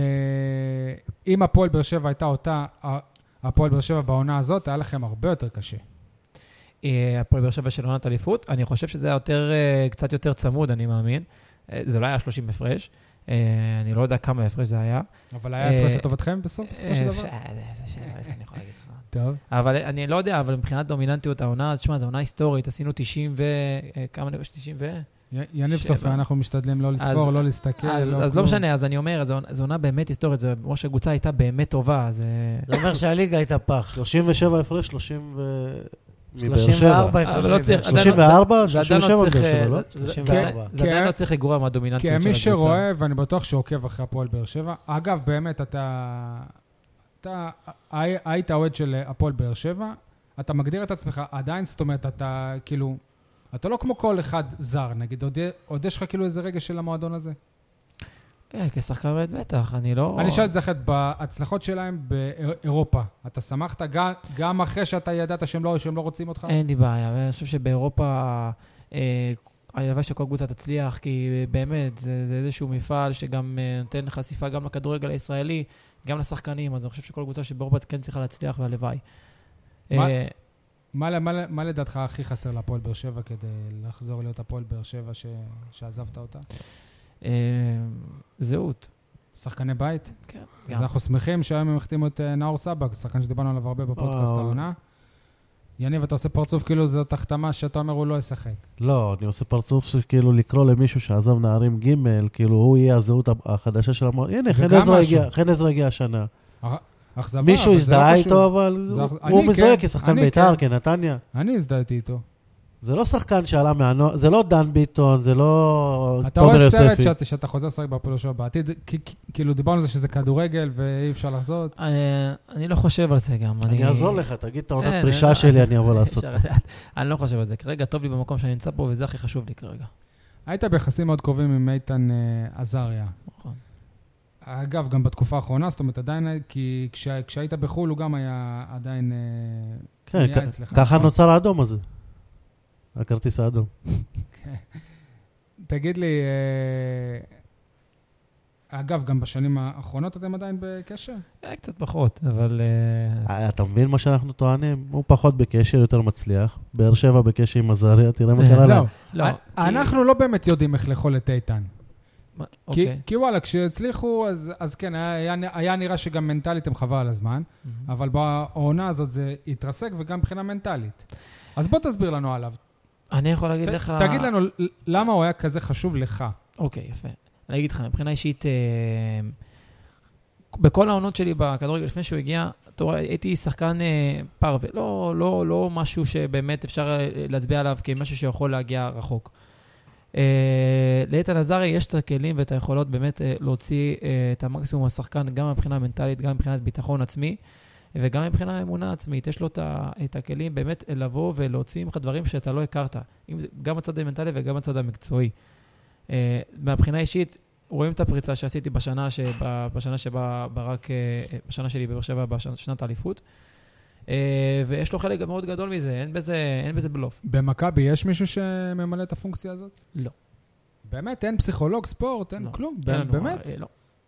Speaker 1: אם הפועל באר שבע הייתה אותה ה- הפועל באר שבע בעונה הזאת, היה לכם הרבה יותר קשה.
Speaker 4: אה, הפועל באר שבע של עונת אליפות. אני חושב שזה היה יותר, אה, קצת יותר צמוד, אני מאמין. אה, זה לא היה 30 הפרש. אה, אני לא יודע כמה הפרש זה היה.
Speaker 1: אבל היה הפרש
Speaker 4: אה,
Speaker 1: לטובתכם בסוף, בסופו של
Speaker 4: אה,
Speaker 1: דבר?
Speaker 4: אה, זה שאלה, איך אני יכול להגיד לך?
Speaker 1: טוב.
Speaker 4: אבל אני לא יודע, אבל מבחינת דומיננטיות העונה, תשמע, זו עונה היסטורית, עשינו 90 ו... אה, כמה נגוש? 90 ו...
Speaker 1: י- יניב
Speaker 4: שבע.
Speaker 1: סופר, אנחנו משתדלים לא לספור, לא להסתכל,
Speaker 4: אז,
Speaker 1: לא
Speaker 4: אז לא
Speaker 1: כלום.
Speaker 4: משנה, אז אני אומר, זו, זו עונה באמת היסטורית, זה כמו שהקבוצה הייתה באמת טובה, אז... אה,
Speaker 3: זה אומר שהליגה הייתה פח.
Speaker 2: 37 הפרש, 30 ו... מבאר שבע.
Speaker 3: 34 הפרש
Speaker 4: אבל לא
Speaker 3: לבאר
Speaker 4: צריך,
Speaker 3: שבע.
Speaker 4: עדיין לא-
Speaker 2: 34,
Speaker 4: זה עדיין לא
Speaker 2: 37
Speaker 4: צריך,
Speaker 2: באר
Speaker 4: אה,
Speaker 2: שבע, לא?
Speaker 4: זה- זה-
Speaker 3: 34.
Speaker 4: זה עדיין לא צריך לגרוע מהדומיננטיות של
Speaker 1: כמי
Speaker 4: הקבוצה.
Speaker 1: כן. שרואה, ואני בטוח שעוקב אחרי הפועל באר שבע, אגב, באמת, אתה... אתה הי- היית אוהד של אה, הפועל באר שבע, אתה מגדיר את עצמך, עדיין, זאת אומרת, אתה כאילו... אתה לא כמו כל אחד זר, נגיד, עוד, יה- עוד יש לך כאילו איזה רגע של המועדון הזה?
Speaker 4: אה, כשחקן באמת בטח, אני לא...
Speaker 1: אני אשאל את זה אחרת, בהצלחות שלהם באירופה, אתה שמחת גם, גם אחרי שאתה ידעת שהם לא, שהם לא רוצים אותך?
Speaker 4: אין לי בעיה, ואני חושב שבאירופה, אה, הלוואי שכל קבוצה תצליח, כי באמת, זה, זה איזשהו מפעל שגם אה, נותן חשיפה גם לכדורגל הישראלי, גם לשחקנים, אז אני חושב שכל קבוצה שבאירופה כן צריכה להצליח, והלוואי.
Speaker 1: מה-
Speaker 4: אה,
Speaker 1: מה, ל- מה, ל- מה לדעתך הכי חסר להפועל באר שבע כדי לחזור להיות הפועל באר שבע ש, שעזבת אותה?
Speaker 4: אה, זהות.
Speaker 1: שחקני בית?
Speaker 4: כן.
Speaker 1: אז אנחנו שמחים שהיום הם החתימו את אה, נאור סבג, שחקן שדיברנו עליו הרבה בפודקאסט
Speaker 2: וואו.
Speaker 1: העונה. יניב, אתה עושה פרצוף כאילו זאת החתמה שאתה אומר הוא לא ישחק.
Speaker 2: לא, אני עושה פרצוף שכאילו לקרוא למישהו שעזב נערים ג', כאילו הוא יהיה הזהות החדשה של המועדון. הנה,
Speaker 1: זה
Speaker 2: חן
Speaker 1: גם
Speaker 2: עזרא
Speaker 1: משהו.
Speaker 2: הגיע- חן עזרא הגיע השנה.
Speaker 1: אכזבה,
Speaker 2: מישהו
Speaker 1: אבל זה לא
Speaker 2: הזדהה
Speaker 1: קשור.
Speaker 2: איתו, אבל
Speaker 1: זה
Speaker 2: הוא-
Speaker 1: אח-
Speaker 2: הוא
Speaker 1: אני
Speaker 2: מזוהה
Speaker 1: כן,
Speaker 2: כשחקן
Speaker 1: אני
Speaker 2: בית"ר,
Speaker 1: כן.
Speaker 2: כנתניה.
Speaker 1: אני הזדהיתי איתו.
Speaker 2: זה לא שחקן שעלה מהנוער, זה לא דן ביטון, זה לא
Speaker 1: אתה
Speaker 2: תומר
Speaker 1: רואה סרט
Speaker 2: יוספי.
Speaker 1: שאתה- שאתה חוזר לשחק בהפועל באר שבע בעתיד, כי- כי- כאילו דיברנו על זה שזה כדורגל ואי אפשר לחזות.
Speaker 4: אה, אני לא חושב על זה גם.
Speaker 2: אני אעזור לך, תגיד את העונת
Speaker 4: אין, אין,
Speaker 2: פרישה
Speaker 4: לא.
Speaker 2: שלי, אני אבוא לעשות.
Speaker 4: אפשר לדעת. אני לא חושב על זה. כרגע טוב לי במקום שאני נמצא פה, וזה הכי חשוב לי כרגע.
Speaker 1: היית ביחסים מאוד קרובים עם איתן אה, עזריה.
Speaker 4: נכון.
Speaker 1: אגב, גם בתקופה האחרונה, זאת אומרת, עדיין, אה, כי כשה- כשהית בחו"ל הוא גם היה עדיין... אה,
Speaker 2: כן,
Speaker 1: נהיה
Speaker 2: כ-
Speaker 1: אצלך,
Speaker 2: ככה
Speaker 1: נכון.
Speaker 2: נוצר האדום הזה. הכרטיס האדום.
Speaker 1: תגיד לי, אה, אגב, גם בשנים האחרונות אתם עדיין בקשר?
Speaker 4: אה, קצת פחות, אבל... אה,
Speaker 2: אה, אתה מבין מה שאנחנו טוענים? הוא פחות בקשר, יותר מצליח. באר שבע בקשר עם עזריה, תראה מה
Speaker 4: אה,
Speaker 2: קרה
Speaker 1: זהו.
Speaker 2: להם.
Speaker 4: לא.
Speaker 1: א- אנחנו לא באמת יודעים איך לאכול את איתן.
Speaker 4: מה-
Speaker 1: כי-
Speaker 4: אוקיי.
Speaker 1: כי וואלה, כשהצליחו, אז- אז כן, היה- היה- היה נראה שגם מנטלית הם חבל על הזמן, אבל בעונה הזאת זה התרסק, וגם מבחינה מנטלית. אז בוא תסביר לנו עליו.
Speaker 4: אני יכול
Speaker 1: ת-
Speaker 4: להגיד לך...
Speaker 1: תגיד לנו ל- למה הוא היה כזה חשוב לך.
Speaker 4: אוקיי, יפה. אני אגיד לך, מבחינה אישית, אה, בכל העונות שלי בכדורגל, לפני שהוא הגיע, אתה רואה, הייתי שחקן אה, פרווה. לא, לא, לא משהו שבאמת אפשר אה, להצביע עליו כמשהו שיכול להגיע רחוק. אה, לאיתן עזרי יש את הכלים ואת היכולות באמת אה, להוציא אה, את המקסימום מהשחקן, גם מבחינה מנטלית, גם מבחינת ביטחון עצמי. וגם מבחינה אמונה עצמית, יש לו את, ה, את הכלים באמת לבוא ולהוציא ממך דברים שאתה לא הכרת. אם זה, גם הצד המנטלי וגם הצד המקצועי. Uh, מהבחינה האישית, רואים את הפריצה שעשיתי בשנה, שבה, בשנה שבה ברק, uh, בשנה שלי בבאר שבע, בשנת שנת האליפות. Uh, ויש לו חלק מאוד גדול מזה, אין בזה, אין בזה בלוף.
Speaker 1: במכבי יש מישהו שממלא את הפונקציה הזאת?
Speaker 4: לא.
Speaker 1: באמת, אין פסיכולוג ספורט, אין
Speaker 4: לא.
Speaker 1: כלום,
Speaker 4: אין לנו-
Speaker 1: באמת?
Speaker 4: אה, לא.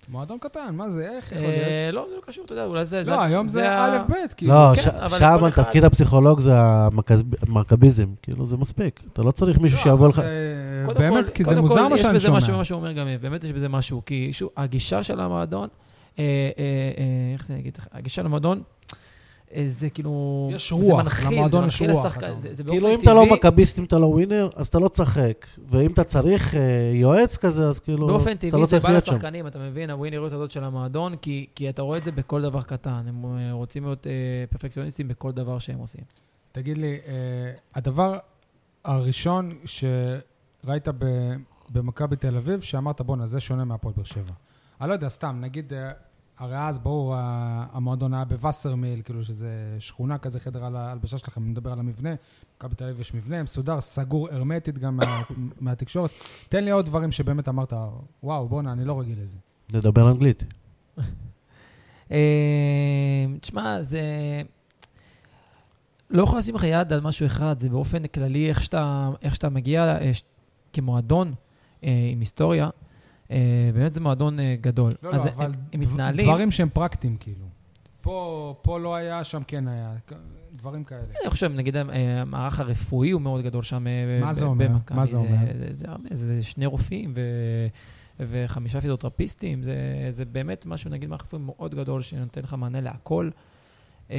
Speaker 1: מועדון קטן, מה זה, איך יכול להיות?
Speaker 4: אה, לא, זה לא קשור, אתה יודע, אולי זה...
Speaker 1: לא, היום זה
Speaker 4: ה-
Speaker 1: א' ב', כאילו.
Speaker 2: לא,
Speaker 4: כן,
Speaker 2: ש-
Speaker 4: אבל
Speaker 2: שם
Speaker 4: כל אחד-
Speaker 2: תפקיד הפסיכולוג זה המכז- המכביזם. כאילו, זה מספיק. אתה לא צריך מישהו שיבוא לך...
Speaker 1: זה-
Speaker 4: קודם
Speaker 1: באמת,
Speaker 4: כל-
Speaker 1: כי זה
Speaker 4: קודם
Speaker 1: מוזר
Speaker 4: כל,
Speaker 1: מה שאני
Speaker 4: יש בזה משהו
Speaker 1: שומע.
Speaker 4: ממה שהוא אומר גם, באמת יש בזה משהו, כי שוב, הגישה של המועדון, אה, אה, אה, איך זה נגיד, הגישה למועדון, אה, זה כאילו...
Speaker 1: יש
Speaker 4: זה
Speaker 1: רוח,
Speaker 4: מנחיל,
Speaker 1: למועדון
Speaker 4: זה
Speaker 1: יש
Speaker 4: מנחיל
Speaker 1: רוח,
Speaker 4: לשחקן,
Speaker 1: אתה אומר.
Speaker 4: זה- זה
Speaker 2: כאילו,
Speaker 4: באופן
Speaker 2: אם אתה לא
Speaker 4: טבעי-
Speaker 2: מכביסט, אם אתה לא ווינר, אז אתה לא תשחק. ואם אתה צריך אה, יועץ כזה, אז כאילו,
Speaker 4: באופן
Speaker 2: אתה
Speaker 4: טבעי
Speaker 2: לא
Speaker 4: זה
Speaker 2: צריך
Speaker 4: בא
Speaker 2: להיות שם.
Speaker 4: לשחקנים, אתה מבין, הווינריות הזאת של המועדון, כי, כי אתה רואה את זה בכל דבר קטן. הם אה, רוצים להיות אה, פרפקציוניסטים בכל דבר שהם עושים.
Speaker 1: תגיד לי, אה, הדבר הראשון שראית ב- במכבי תל אביב, שאמרת, בואנה, זה שונה מהפועל באר שבע. אני לא יודע, סתם, נגיד, אה, הרי אז, ברור, ה- המועדון היה בווסרמיל, כאילו שזה שכונה כזה, חדר על ההלבשה שלכם, אני מדבר על המבנה. מכבי תל אביב יש מבנה מסודר, סגור הרמטית גם מה- מהתקשורת. תן לי עוד דברים שבאמת אמרת, וואו, בואנה, אני לא רגיל לזה.
Speaker 2: נדבר אנגלית.
Speaker 4: אה, תשמע, זה... לא יכול לשים לך יד על משהו אחד, זה באופן כללי איך שאתה, איך שאתה מגיע אה, ש... כמועדון אה, עם היסטוריה, אה, באמת זה מועדון אה, גדול.
Speaker 1: לא,
Speaker 4: אז
Speaker 1: לא,
Speaker 4: הם-
Speaker 1: אבל
Speaker 4: הם
Speaker 1: דב-
Speaker 4: מתנהלים...
Speaker 1: דברים שהם פרקטיים, כאילו. פה פה לא היה, שם כן היה. דברים כאלה.
Speaker 4: אני חושב, נגיד, אה, המערך הרפואי הוא מאוד גדול שם. אה,
Speaker 1: מה
Speaker 4: ב-
Speaker 1: זה
Speaker 4: ב-
Speaker 1: אומר?
Speaker 4: במכבי.
Speaker 1: מה זה אומר?
Speaker 4: זה- זה הרבה, זה שני רופאים ו... וחמישה פיזיותרפיסטים, זה, זה באמת משהו, נגיד, מערך רפואי מאוד גדול, שנותן לך מענה להכל. אה,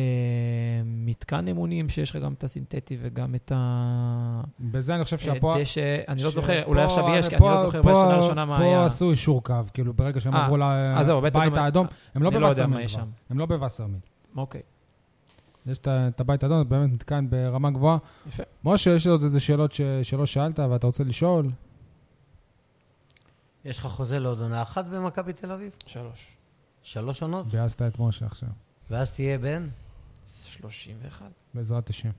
Speaker 4: מתקן אימונים, שיש לך גם את הסינתטי וגם את ה...
Speaker 1: בזה אני חושב
Speaker 4: אה,
Speaker 1: שהפה...
Speaker 4: דשא, אני לא זוכר,
Speaker 1: שפה-
Speaker 4: אולי עכשיו יש, כי אני לא
Speaker 1: פה-
Speaker 4: זוכר
Speaker 1: פה-
Speaker 4: בשנה הראשונה מה
Speaker 1: פה
Speaker 4: היה.
Speaker 1: עשו אישור קו, כאילו, ברגע שהם
Speaker 4: אה,
Speaker 1: עברו
Speaker 4: אה, זהו, בטח,
Speaker 1: לבית
Speaker 4: אבל-
Speaker 1: האדום. הם לא
Speaker 4: אני לא יודע מה
Speaker 1: בווסרמיל
Speaker 4: יש
Speaker 1: כבר.
Speaker 4: שם.
Speaker 1: הם לא בווסרמיל.
Speaker 4: אוקיי.
Speaker 1: יש את ה- את הבית האדום, זה באמת נתקן ברמה גבוהה.
Speaker 4: יפה.
Speaker 1: משה, יש עוד איזה שאלות ש- שלא שאלת ואתה רוצה לשאול?
Speaker 3: יש לך חוזה לעוד עונה אחת במכבי תל אביב?
Speaker 4: שלוש.
Speaker 3: שלוש עונות?
Speaker 1: ביאסת את משה עכשיו,
Speaker 3: ואז תהיה בן?
Speaker 4: שלושים ואחת.
Speaker 1: בעזרת השם.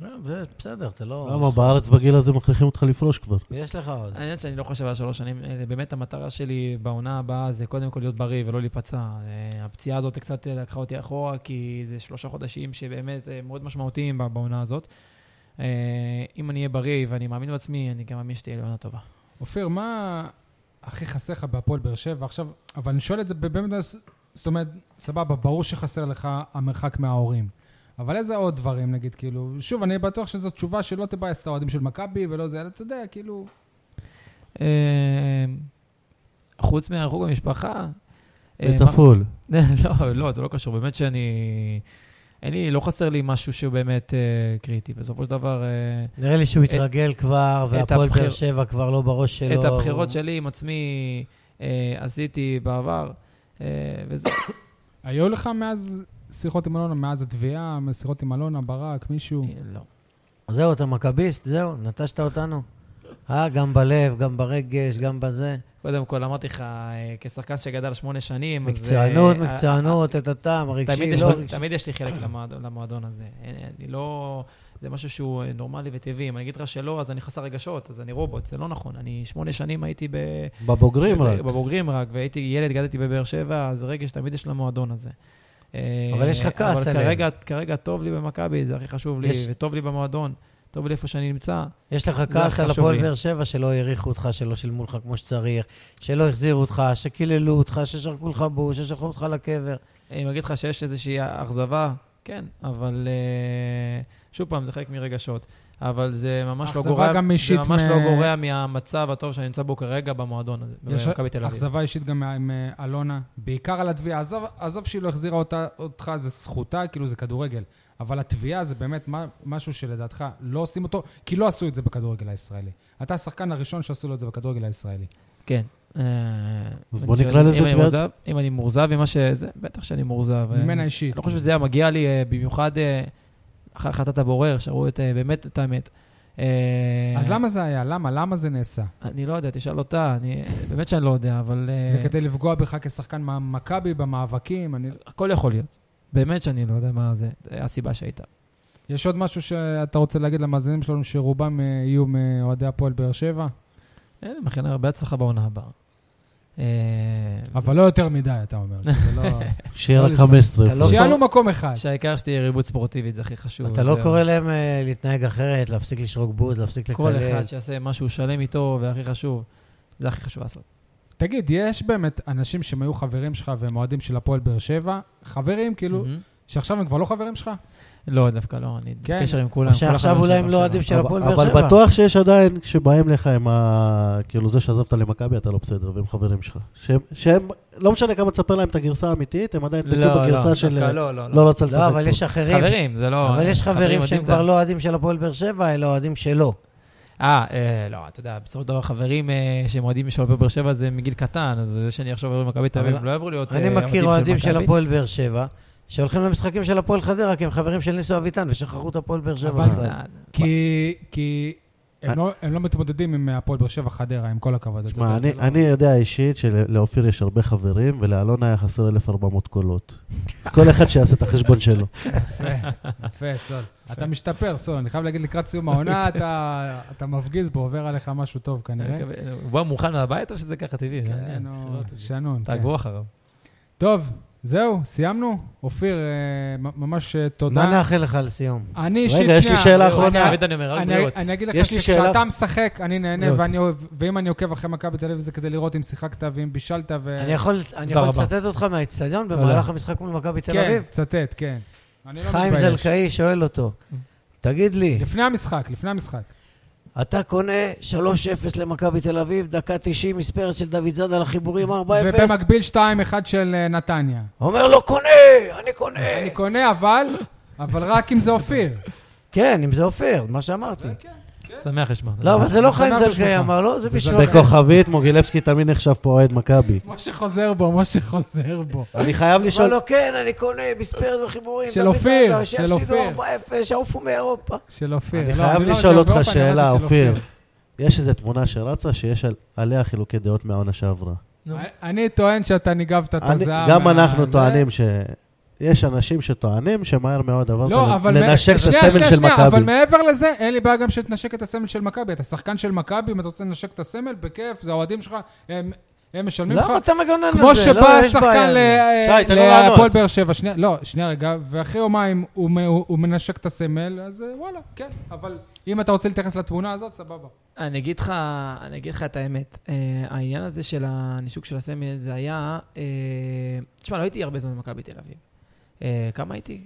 Speaker 3: לא, זה בסדר, אתה לא...
Speaker 2: למה בארץ בגיל הזה מכריחים אותך לפרוש כבר?
Speaker 3: יש לך עוד.
Speaker 4: העניין שאני לא חושב על שלוש שנים, אה, באמת המטרה שלי בעונה הבאה זה קודם כל להיות בריא ולא להיפצע. אה, הפציעה הזאת קצת אה, לקחה אותי אחורה, כי זה שלושה חודשים שבאמת אה, מאוד משמעותיים ב- בעונה הזאת. אה, אם אני אהיה בריא ואני מאמין בעצמי, אני גם מאמין שתהיה לי עונה טובה.
Speaker 1: אופיר, מה הכי חסר לך בהפועל באר שבע עכשיו? אבל אני שואל את זה באמת, לא- זאת אומרת, סבבה, ברור שחסר לך המרחק מההורים. אבל איזה עוד דברים, נגיד, כאילו, שוב, אני בטוח שזו תשובה שלא תבאס את האוהדים של מכבי ולא זה, אלא אתה יודע, כאילו...
Speaker 4: אה, חוץ מהחוג במשפחה... אה,
Speaker 2: את
Speaker 4: מה-
Speaker 2: הפול.
Speaker 4: לא, לא, זה לא קשור. באמת שאני... אין לי, לא חסר לי משהו שהוא באמת אה, קריטי. בסופו של דבר, אה,
Speaker 3: נראה לי שהוא
Speaker 4: את-
Speaker 3: התרגל כבר,
Speaker 4: את
Speaker 3: והפועל
Speaker 4: הבחיר-
Speaker 3: באר שבע כבר לא בראש שלו.
Speaker 4: את הבחירות שלי עם עצמי אה, עשיתי בעבר, אה, וזה...
Speaker 1: היו לך מאז שיחות עם אלונה, מאז התביעה, שיחות עם אלונה, ברק, מישהו?
Speaker 4: לא.
Speaker 3: זהו, אתה מכביסט, זהו, נטשת אותנו. אה, גם בלב, גם ברגש, גם בזה.
Speaker 4: קודם כל, אמרתי לך, אה, כשחקן שגדל שמונה שנים, אז...
Speaker 3: מקצוענות,
Speaker 4: אה,
Speaker 3: מקצוענות, את הטעם
Speaker 4: אה, תמיד
Speaker 3: הרגשי,
Speaker 4: יש
Speaker 3: לא
Speaker 4: לי-
Speaker 3: רגשי.
Speaker 4: תמיד יש לי חלק למועד- למועדון הזה. אה, אני לא... זה משהו שהוא אה, נורמלי וטבעי. אם אני אגיד לך שלא, אז אני חסר רגשות, אז אני רובוט. זה לא נכון. אני שמונה שנים הייתי ב...
Speaker 2: בבוגרים רק.
Speaker 4: בבוגרים רק, והייתי ילד, גדלתי בבאר שבע, אז רגש תמיד יש למועדון הזה.
Speaker 3: אבל יש לך
Speaker 4: אה,
Speaker 3: כעס
Speaker 4: אבל
Speaker 3: עליהם.
Speaker 4: כרגע, כרגע טוב לי במכבי, זה הכי חשוב לי,
Speaker 3: יש-
Speaker 4: וטוב לי במועדון, טוב לי איפה שאני נמצא. אה,
Speaker 3: יש לך
Speaker 4: זה
Speaker 3: כעס על
Speaker 4: חשוב
Speaker 3: הפועל
Speaker 4: לי.
Speaker 3: באר שבע שלא העריכו אותך, שלא שילמו לך כמו שצריך, שלא החזירו אותך, שקיללו אותך, ששרקו לך בוש, ששלחו אותך לקבר.
Speaker 4: אם אגיד לך שיש איזושהי אכזבה, כן, אבל אה, שוב פעם, זה חלק מרגשות. אבל זה ממש לא
Speaker 1: אכזבה
Speaker 4: גורע,
Speaker 1: גם
Speaker 4: זה
Speaker 1: אישית
Speaker 4: ממש
Speaker 1: מ-
Speaker 4: לא גורע מהמצב הטוב שאני נמצא בו כרגע במועדון הזה,
Speaker 1: יש
Speaker 4: במכבי תל אביב.
Speaker 1: אכזבה אישית גם מה- עם אה, אלונה, בעיקר על התביעה. עזוב, עזוב שהיא לא החזירה אותה, אותך, זה זכותה, כאילו זה כדורגל. אבל התביעה זה באמת מה, משהו שלדעתך לא עושים אותו, כי לא עשו את זה בכדורגל הישראלי. אתה השחקן הראשון שעשו לו את זה בכדורגל הישראלי.
Speaker 4: כן. אה,
Speaker 2: אז
Speaker 4: אם
Speaker 2: בוא
Speaker 4: אני
Speaker 2: נקרא
Speaker 4: שואל-
Speaker 2: לזה
Speaker 4: אם אני
Speaker 2: תביעת-
Speaker 4: מאוזב- אם אני מאוכזב ממה שזה, בטח שאני מאוכזב. אה,
Speaker 1: ממנה אישית.
Speaker 4: אני לא חושב שזה היה מגיע לי, אה, במיוחד אה, אחרי החלטת הבורר, שראו את, אה, באמת את האמת. אה,
Speaker 1: אז למה זה היה? למה? למה זה נעשה?
Speaker 4: אני לא יודע, תשאל אותה, אני, באמת שאני לא יודע, אבל... אה,
Speaker 1: זה כדי לפגוע בך כשחקן מה- מכבי במאבקים? אני...
Speaker 4: הכל יכול להיות. באמת שאני לא יודע מה זה, זה הסיבה שהייתה.
Speaker 1: יש עוד משהו שאתה רוצה להגיד למאזינים שלנו, שרובם אה, יהיו מאוהדי הפועל באר שבע?
Speaker 4: אה, מאחל הרבה הצלחה בעונה הבאה. אה,
Speaker 1: אבל לא יותר מדי, אתה אומר. זה לא-
Speaker 2: שיהיה
Speaker 1: לא
Speaker 2: רק
Speaker 1: לזרוק.
Speaker 2: 15.
Speaker 3: אתה לא-
Speaker 1: שיהיה לנו מקום אחד.
Speaker 4: זה- שהעיקר שתהיה ריבוד ספורטיבית, זה הכי חשוב.
Speaker 3: אתה לא
Speaker 4: זה-
Speaker 3: קורא להם אה, להתנהג אחרת, להפסיק לשרוק בוז, להפסיק
Speaker 4: כל
Speaker 3: לקלל.
Speaker 4: אחד שיעשה משהו שלם איתו, והכי חשוב, זה הכי חשוב לעשות.
Speaker 1: תגיד, יש באמת אנשים שהם היו חברים שלך והם אוהדים של הפועל באר שבע? חברים, כאילו,
Speaker 4: מהמם.
Speaker 1: שעכשיו הם כבר לא חברים שלך?
Speaker 4: לא, דווקא לא, אני
Speaker 1: כן.
Speaker 4: בקשר עם כולם. כל
Speaker 3: שעכשיו
Speaker 4: החברים
Speaker 3: אולי
Speaker 4: שלי באר
Speaker 3: הם לא
Speaker 4: שבע.
Speaker 3: אוהדים של
Speaker 2: אבל-
Speaker 3: הפועל באר
Speaker 2: אבל
Speaker 3: שבע.
Speaker 2: בטוח שיש עדיין, כשבאים לך עם ה... כאילו זה שעזבת למכבי אתה לא בסדר, והם חברים שלך. שהם- שהם, לא משנה כמה תספר להם את הגרסה האמיתית, הם עדיין
Speaker 4: לא,
Speaker 2: תקעו
Speaker 4: לא,
Speaker 2: בגרסה של...
Speaker 4: דווקא לא, לא,
Speaker 2: לא רצה לשחק.
Speaker 3: לא, אבל
Speaker 2: פה.
Speaker 3: יש אחרים.
Speaker 4: חברים, זה לא...
Speaker 3: אבל יש חברים
Speaker 4: יודעים
Speaker 3: שהם
Speaker 4: את
Speaker 3: כבר
Speaker 4: ה-
Speaker 3: לא אוהדים של הפועל באר שבע, אלא אוהדים שלו.
Speaker 4: אה, אה, לא, אתה יודע, בסופו של דבר חברים אה, שהם אוהדים של הפועל באר שבע זה מגיל קטן, אז זה שאני עכשיו עובר במכבי תל אביב,
Speaker 3: אבל
Speaker 4: הם לא יעברו להיות אה,
Speaker 3: אני מכיר אוהדים של
Speaker 4: מכבי.
Speaker 3: הפועל באר שבע, שהולכים למשחקים של הפועל חדרה, כי הם חברים של ניסו אביטן, ושכחו את הפועל באר שבע.
Speaker 1: אבל-
Speaker 3: בכלל.
Speaker 4: אה,
Speaker 1: כי כי הם לא- הם לא מתמודדים עם הפועל באר שבע חדרה, עם כל הכבוד. אתה
Speaker 2: תשמע,
Speaker 1: יודע,
Speaker 2: אני,
Speaker 1: זה לא-
Speaker 2: אני יודע אישית שלאופיר יש הרבה חברים, ולאלונה היה חסר 1,400 קולות. כל אחד שיעשה את החשבון שלו.
Speaker 1: יפה, יפה, סול. אתה משתפר, סול. אני חייב להגיד, לקראת סיום העונה, אתה אתה מפגיז פה, עובר עליך משהו טוב כנראה.
Speaker 2: כן,
Speaker 4: הוא בא מוכן מהבית או שזה ככה טבעי? אה,
Speaker 1: כן, נו, שנון. כן.
Speaker 4: תעגרו אחריו.
Speaker 1: טוב, זהו, סיימנו? אופיר, אה, מ- ממש אה, תודה.
Speaker 3: מה נאחל לך לסיום?
Speaker 1: אני אישית,
Speaker 2: רגע, יש לי
Speaker 1: שנייה,
Speaker 2: שאלה
Speaker 1: אני-
Speaker 2: אחרונה.
Speaker 1: אני-
Speaker 4: אני אומר,
Speaker 2: לא
Speaker 4: רק
Speaker 1: אני-
Speaker 4: בריאות.
Speaker 1: אני אגיד לך
Speaker 2: יש לי
Speaker 1: שכשאתה
Speaker 2: שאלה.
Speaker 1: משחק, אני נהנה
Speaker 3: בריאות.
Speaker 1: ואני אוהב, ואם אני עוקב אחרי מכבי תל אביב זה כדי לראות אם שיחקת ואם בישלת ו...
Speaker 3: אני יכול אני
Speaker 4: תודה
Speaker 3: יכול
Speaker 4: רבה.
Speaker 3: לצטט אותך מהאיצטדיון
Speaker 4: תודה.
Speaker 3: במהלך המשחק מול מכבי תל
Speaker 1: כן,
Speaker 3: אביב?
Speaker 1: צטט, כן. אני לא
Speaker 3: חיים
Speaker 1: מתבייש.
Speaker 3: זלקאי שואל אותו, תגיד לי,
Speaker 1: לפני המשחק, לפני המשחק.
Speaker 3: אתה קונה 3-0 למכבי תל אביב, דקה 90 מספרת של דוד זאד על החיבורים 4-0?
Speaker 1: ובמקביל 2-1 של אה, נתניה.
Speaker 3: אומר לו, קונה, אני קונה.
Speaker 1: אני קונה, אבל, אבל רק אם זה אופיר.
Speaker 3: כן, אם זה אופיר, מה שאמרתי.
Speaker 4: שמח לשמוע.
Speaker 3: לא, אבל כן, זה לא
Speaker 1: זה
Speaker 3: חיים
Speaker 1: מהפה
Speaker 3: זלקאי
Speaker 1: שלך.
Speaker 3: אמר לו, זה
Speaker 1: זה
Speaker 3: מישהו
Speaker 1: זלקאי.
Speaker 3: אחר.
Speaker 2: בכוכבית, מוגילבסקי תמיד נחשב פה אוהד מכבי.
Speaker 1: משה חוזר בו, משה חוזר בו.
Speaker 2: אני חייב
Speaker 3: אמר
Speaker 2: לשאול...
Speaker 3: לו, כן, אני קונה מספרת וחיבורים. לא
Speaker 1: של
Speaker 3: דוד
Speaker 1: אופיר,
Speaker 3: זאדה,
Speaker 1: של
Speaker 3: שיפסידו
Speaker 1: אופיר.
Speaker 3: 4-0, שיעופו מאירופה.
Speaker 1: של אופיר.
Speaker 2: אני
Speaker 1: לא,
Speaker 2: חייב
Speaker 1: לא
Speaker 2: לשאול
Speaker 1: יודע,
Speaker 2: אותך
Speaker 1: באופן, אני
Speaker 2: שאלה,
Speaker 1: ידעתי של
Speaker 2: אופיר. יש איזו תמונה שרצה שיש על- עליה חילוקי דעות מהעונה שעברה.
Speaker 4: נו.
Speaker 1: אני טוען שאתה ניגבת את
Speaker 2: אני-
Speaker 1: הזהב.
Speaker 2: גם
Speaker 1: מה-
Speaker 2: אנחנו
Speaker 1: זה-
Speaker 2: טוענים ש... יש אנשים שטוענים שמהר מאוד עברת
Speaker 1: לא, אבל... מעבר-
Speaker 2: לנשק את
Speaker 1: שנייה,
Speaker 2: הסמל
Speaker 1: שנייה,
Speaker 2: של
Speaker 1: שנייה, אבל
Speaker 2: מכבי.
Speaker 1: מעבר לזה, אין לי בעיה גם שתנשק את הסמל של מכבי. אתה שחקן של מכבי, אם אתה רוצה לנשק את הסמל, בכיף, זה האוהדים שלך, הם הם משלמים לך.
Speaker 3: למה אתה מגונן על זה?
Speaker 1: כמו שבא
Speaker 3: לא, יש בעיה.
Speaker 1: השחקן ל-
Speaker 2: שי, תן לו לענות.
Speaker 1: להפועל באר שבע, שנייה, לא, שנייה רגע, ואחרי יומיים הוא מ- הוא הוא מנשק את הסמל, אז אה, וואלה, כן, אבל אם אתה רוצה להתייחס לתמונה הזאת, סבבה.
Speaker 4: אני אגיד לך, אני אגיד לך את האמת. Uh, העניין הזה של הנישוק של הסמל, זה היה... Uh, תשמע, לא הייתי הרבה זמן במכבי תל אביב. Uh, כמה הייתי?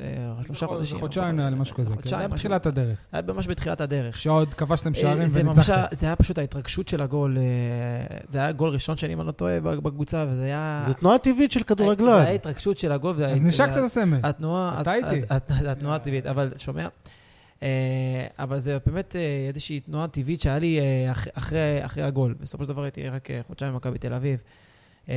Speaker 4: אה, שלושה
Speaker 1: זה
Speaker 4: חודשים.
Speaker 1: חודשיים נראה לי, משהו כזה, כן, זה היה
Speaker 4: חודשיים, משהו.
Speaker 1: בתחילת הדרך.
Speaker 4: היה ממש בתחילת הדרך.
Speaker 1: שעוד כבשתם שערים
Speaker 4: אה, זה ממש
Speaker 1: וניצחתם.
Speaker 4: היה- זה היה פשוט ההתרגשות של הגול. אה, זה היה גול ראשון שלי, אם אני לא טועה, בקבוצה, וזה היה...
Speaker 2: זו תנועה טבעית של
Speaker 4: זה
Speaker 2: כדורגלן.
Speaker 4: היה התרגשות של הגול.
Speaker 3: אה,
Speaker 4: וזה
Speaker 1: אז
Speaker 4: היה-
Speaker 1: נשקת את הסמל.
Speaker 4: התנועה...
Speaker 1: אז
Speaker 4: הת-
Speaker 1: טעיתי.
Speaker 4: הת- הת- התנועה הטבעית, אבל שומע? אה, אבל זה באמת אה, איזושהי תנועה טבעית שהיה לי אה, אח- אחרי אחרי הגול. בסופו של דבר הייתי רק אה, חודשיים במכבי תל אביב. אה,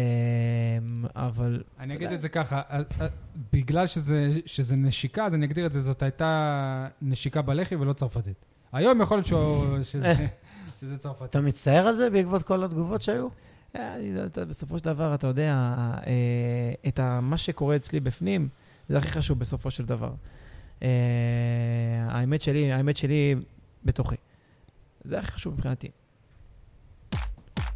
Speaker 4: אבל
Speaker 1: אני
Speaker 4: אתה
Speaker 1: אגיד
Speaker 4: יודע.
Speaker 1: את זה ככה, אה, אה, בגלל שזה, שזה נשיקה, אז אני אגדיר את זה, זאת הייתה נשיקה בלחי ולא צרפתית. היום יכול להיות שהוא- שזה, שזה צרפתי.
Speaker 3: אתה מצטער על זה בעקבות כל התגובות שהיו?
Speaker 4: אה, אני לא- אתה- בסופו של דבר, אתה יודע, אה, את ה- מה שקורה אצלי בפנים, זה הכי חשוב בסופו של דבר. אה, האמת שלי, האמת שלי בתוכי. זה הכי חשוב מבחינתי.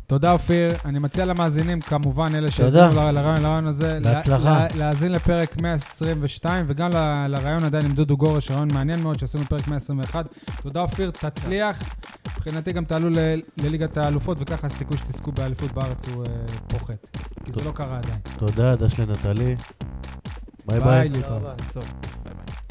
Speaker 1: תודה, אופיר. אני מציע למאזינים, כמובן, אלה
Speaker 3: תודה.
Speaker 1: שהאזינו ל- לרעיון לרעיון הזה, לה-
Speaker 3: בהצלחה.
Speaker 1: לה- להאזין לפרק 122, וגם ל- לרעיון עדיין עם דודו גורש, רעיון מעניין מאוד, שעשינו פרק 121. תודה, אופיר, תצליח. מבחינתי גם תעלו ל- לליגת האלופות, וככה הסיכוי שתזכו באליפות בארץ הוא אה, פוחת. כי זה לא קרה עדיין.
Speaker 2: תודה, דשלה נטלי. ביי ביי.
Speaker 1: ביי, להתראות.
Speaker 4: בסוף. ביי ביי.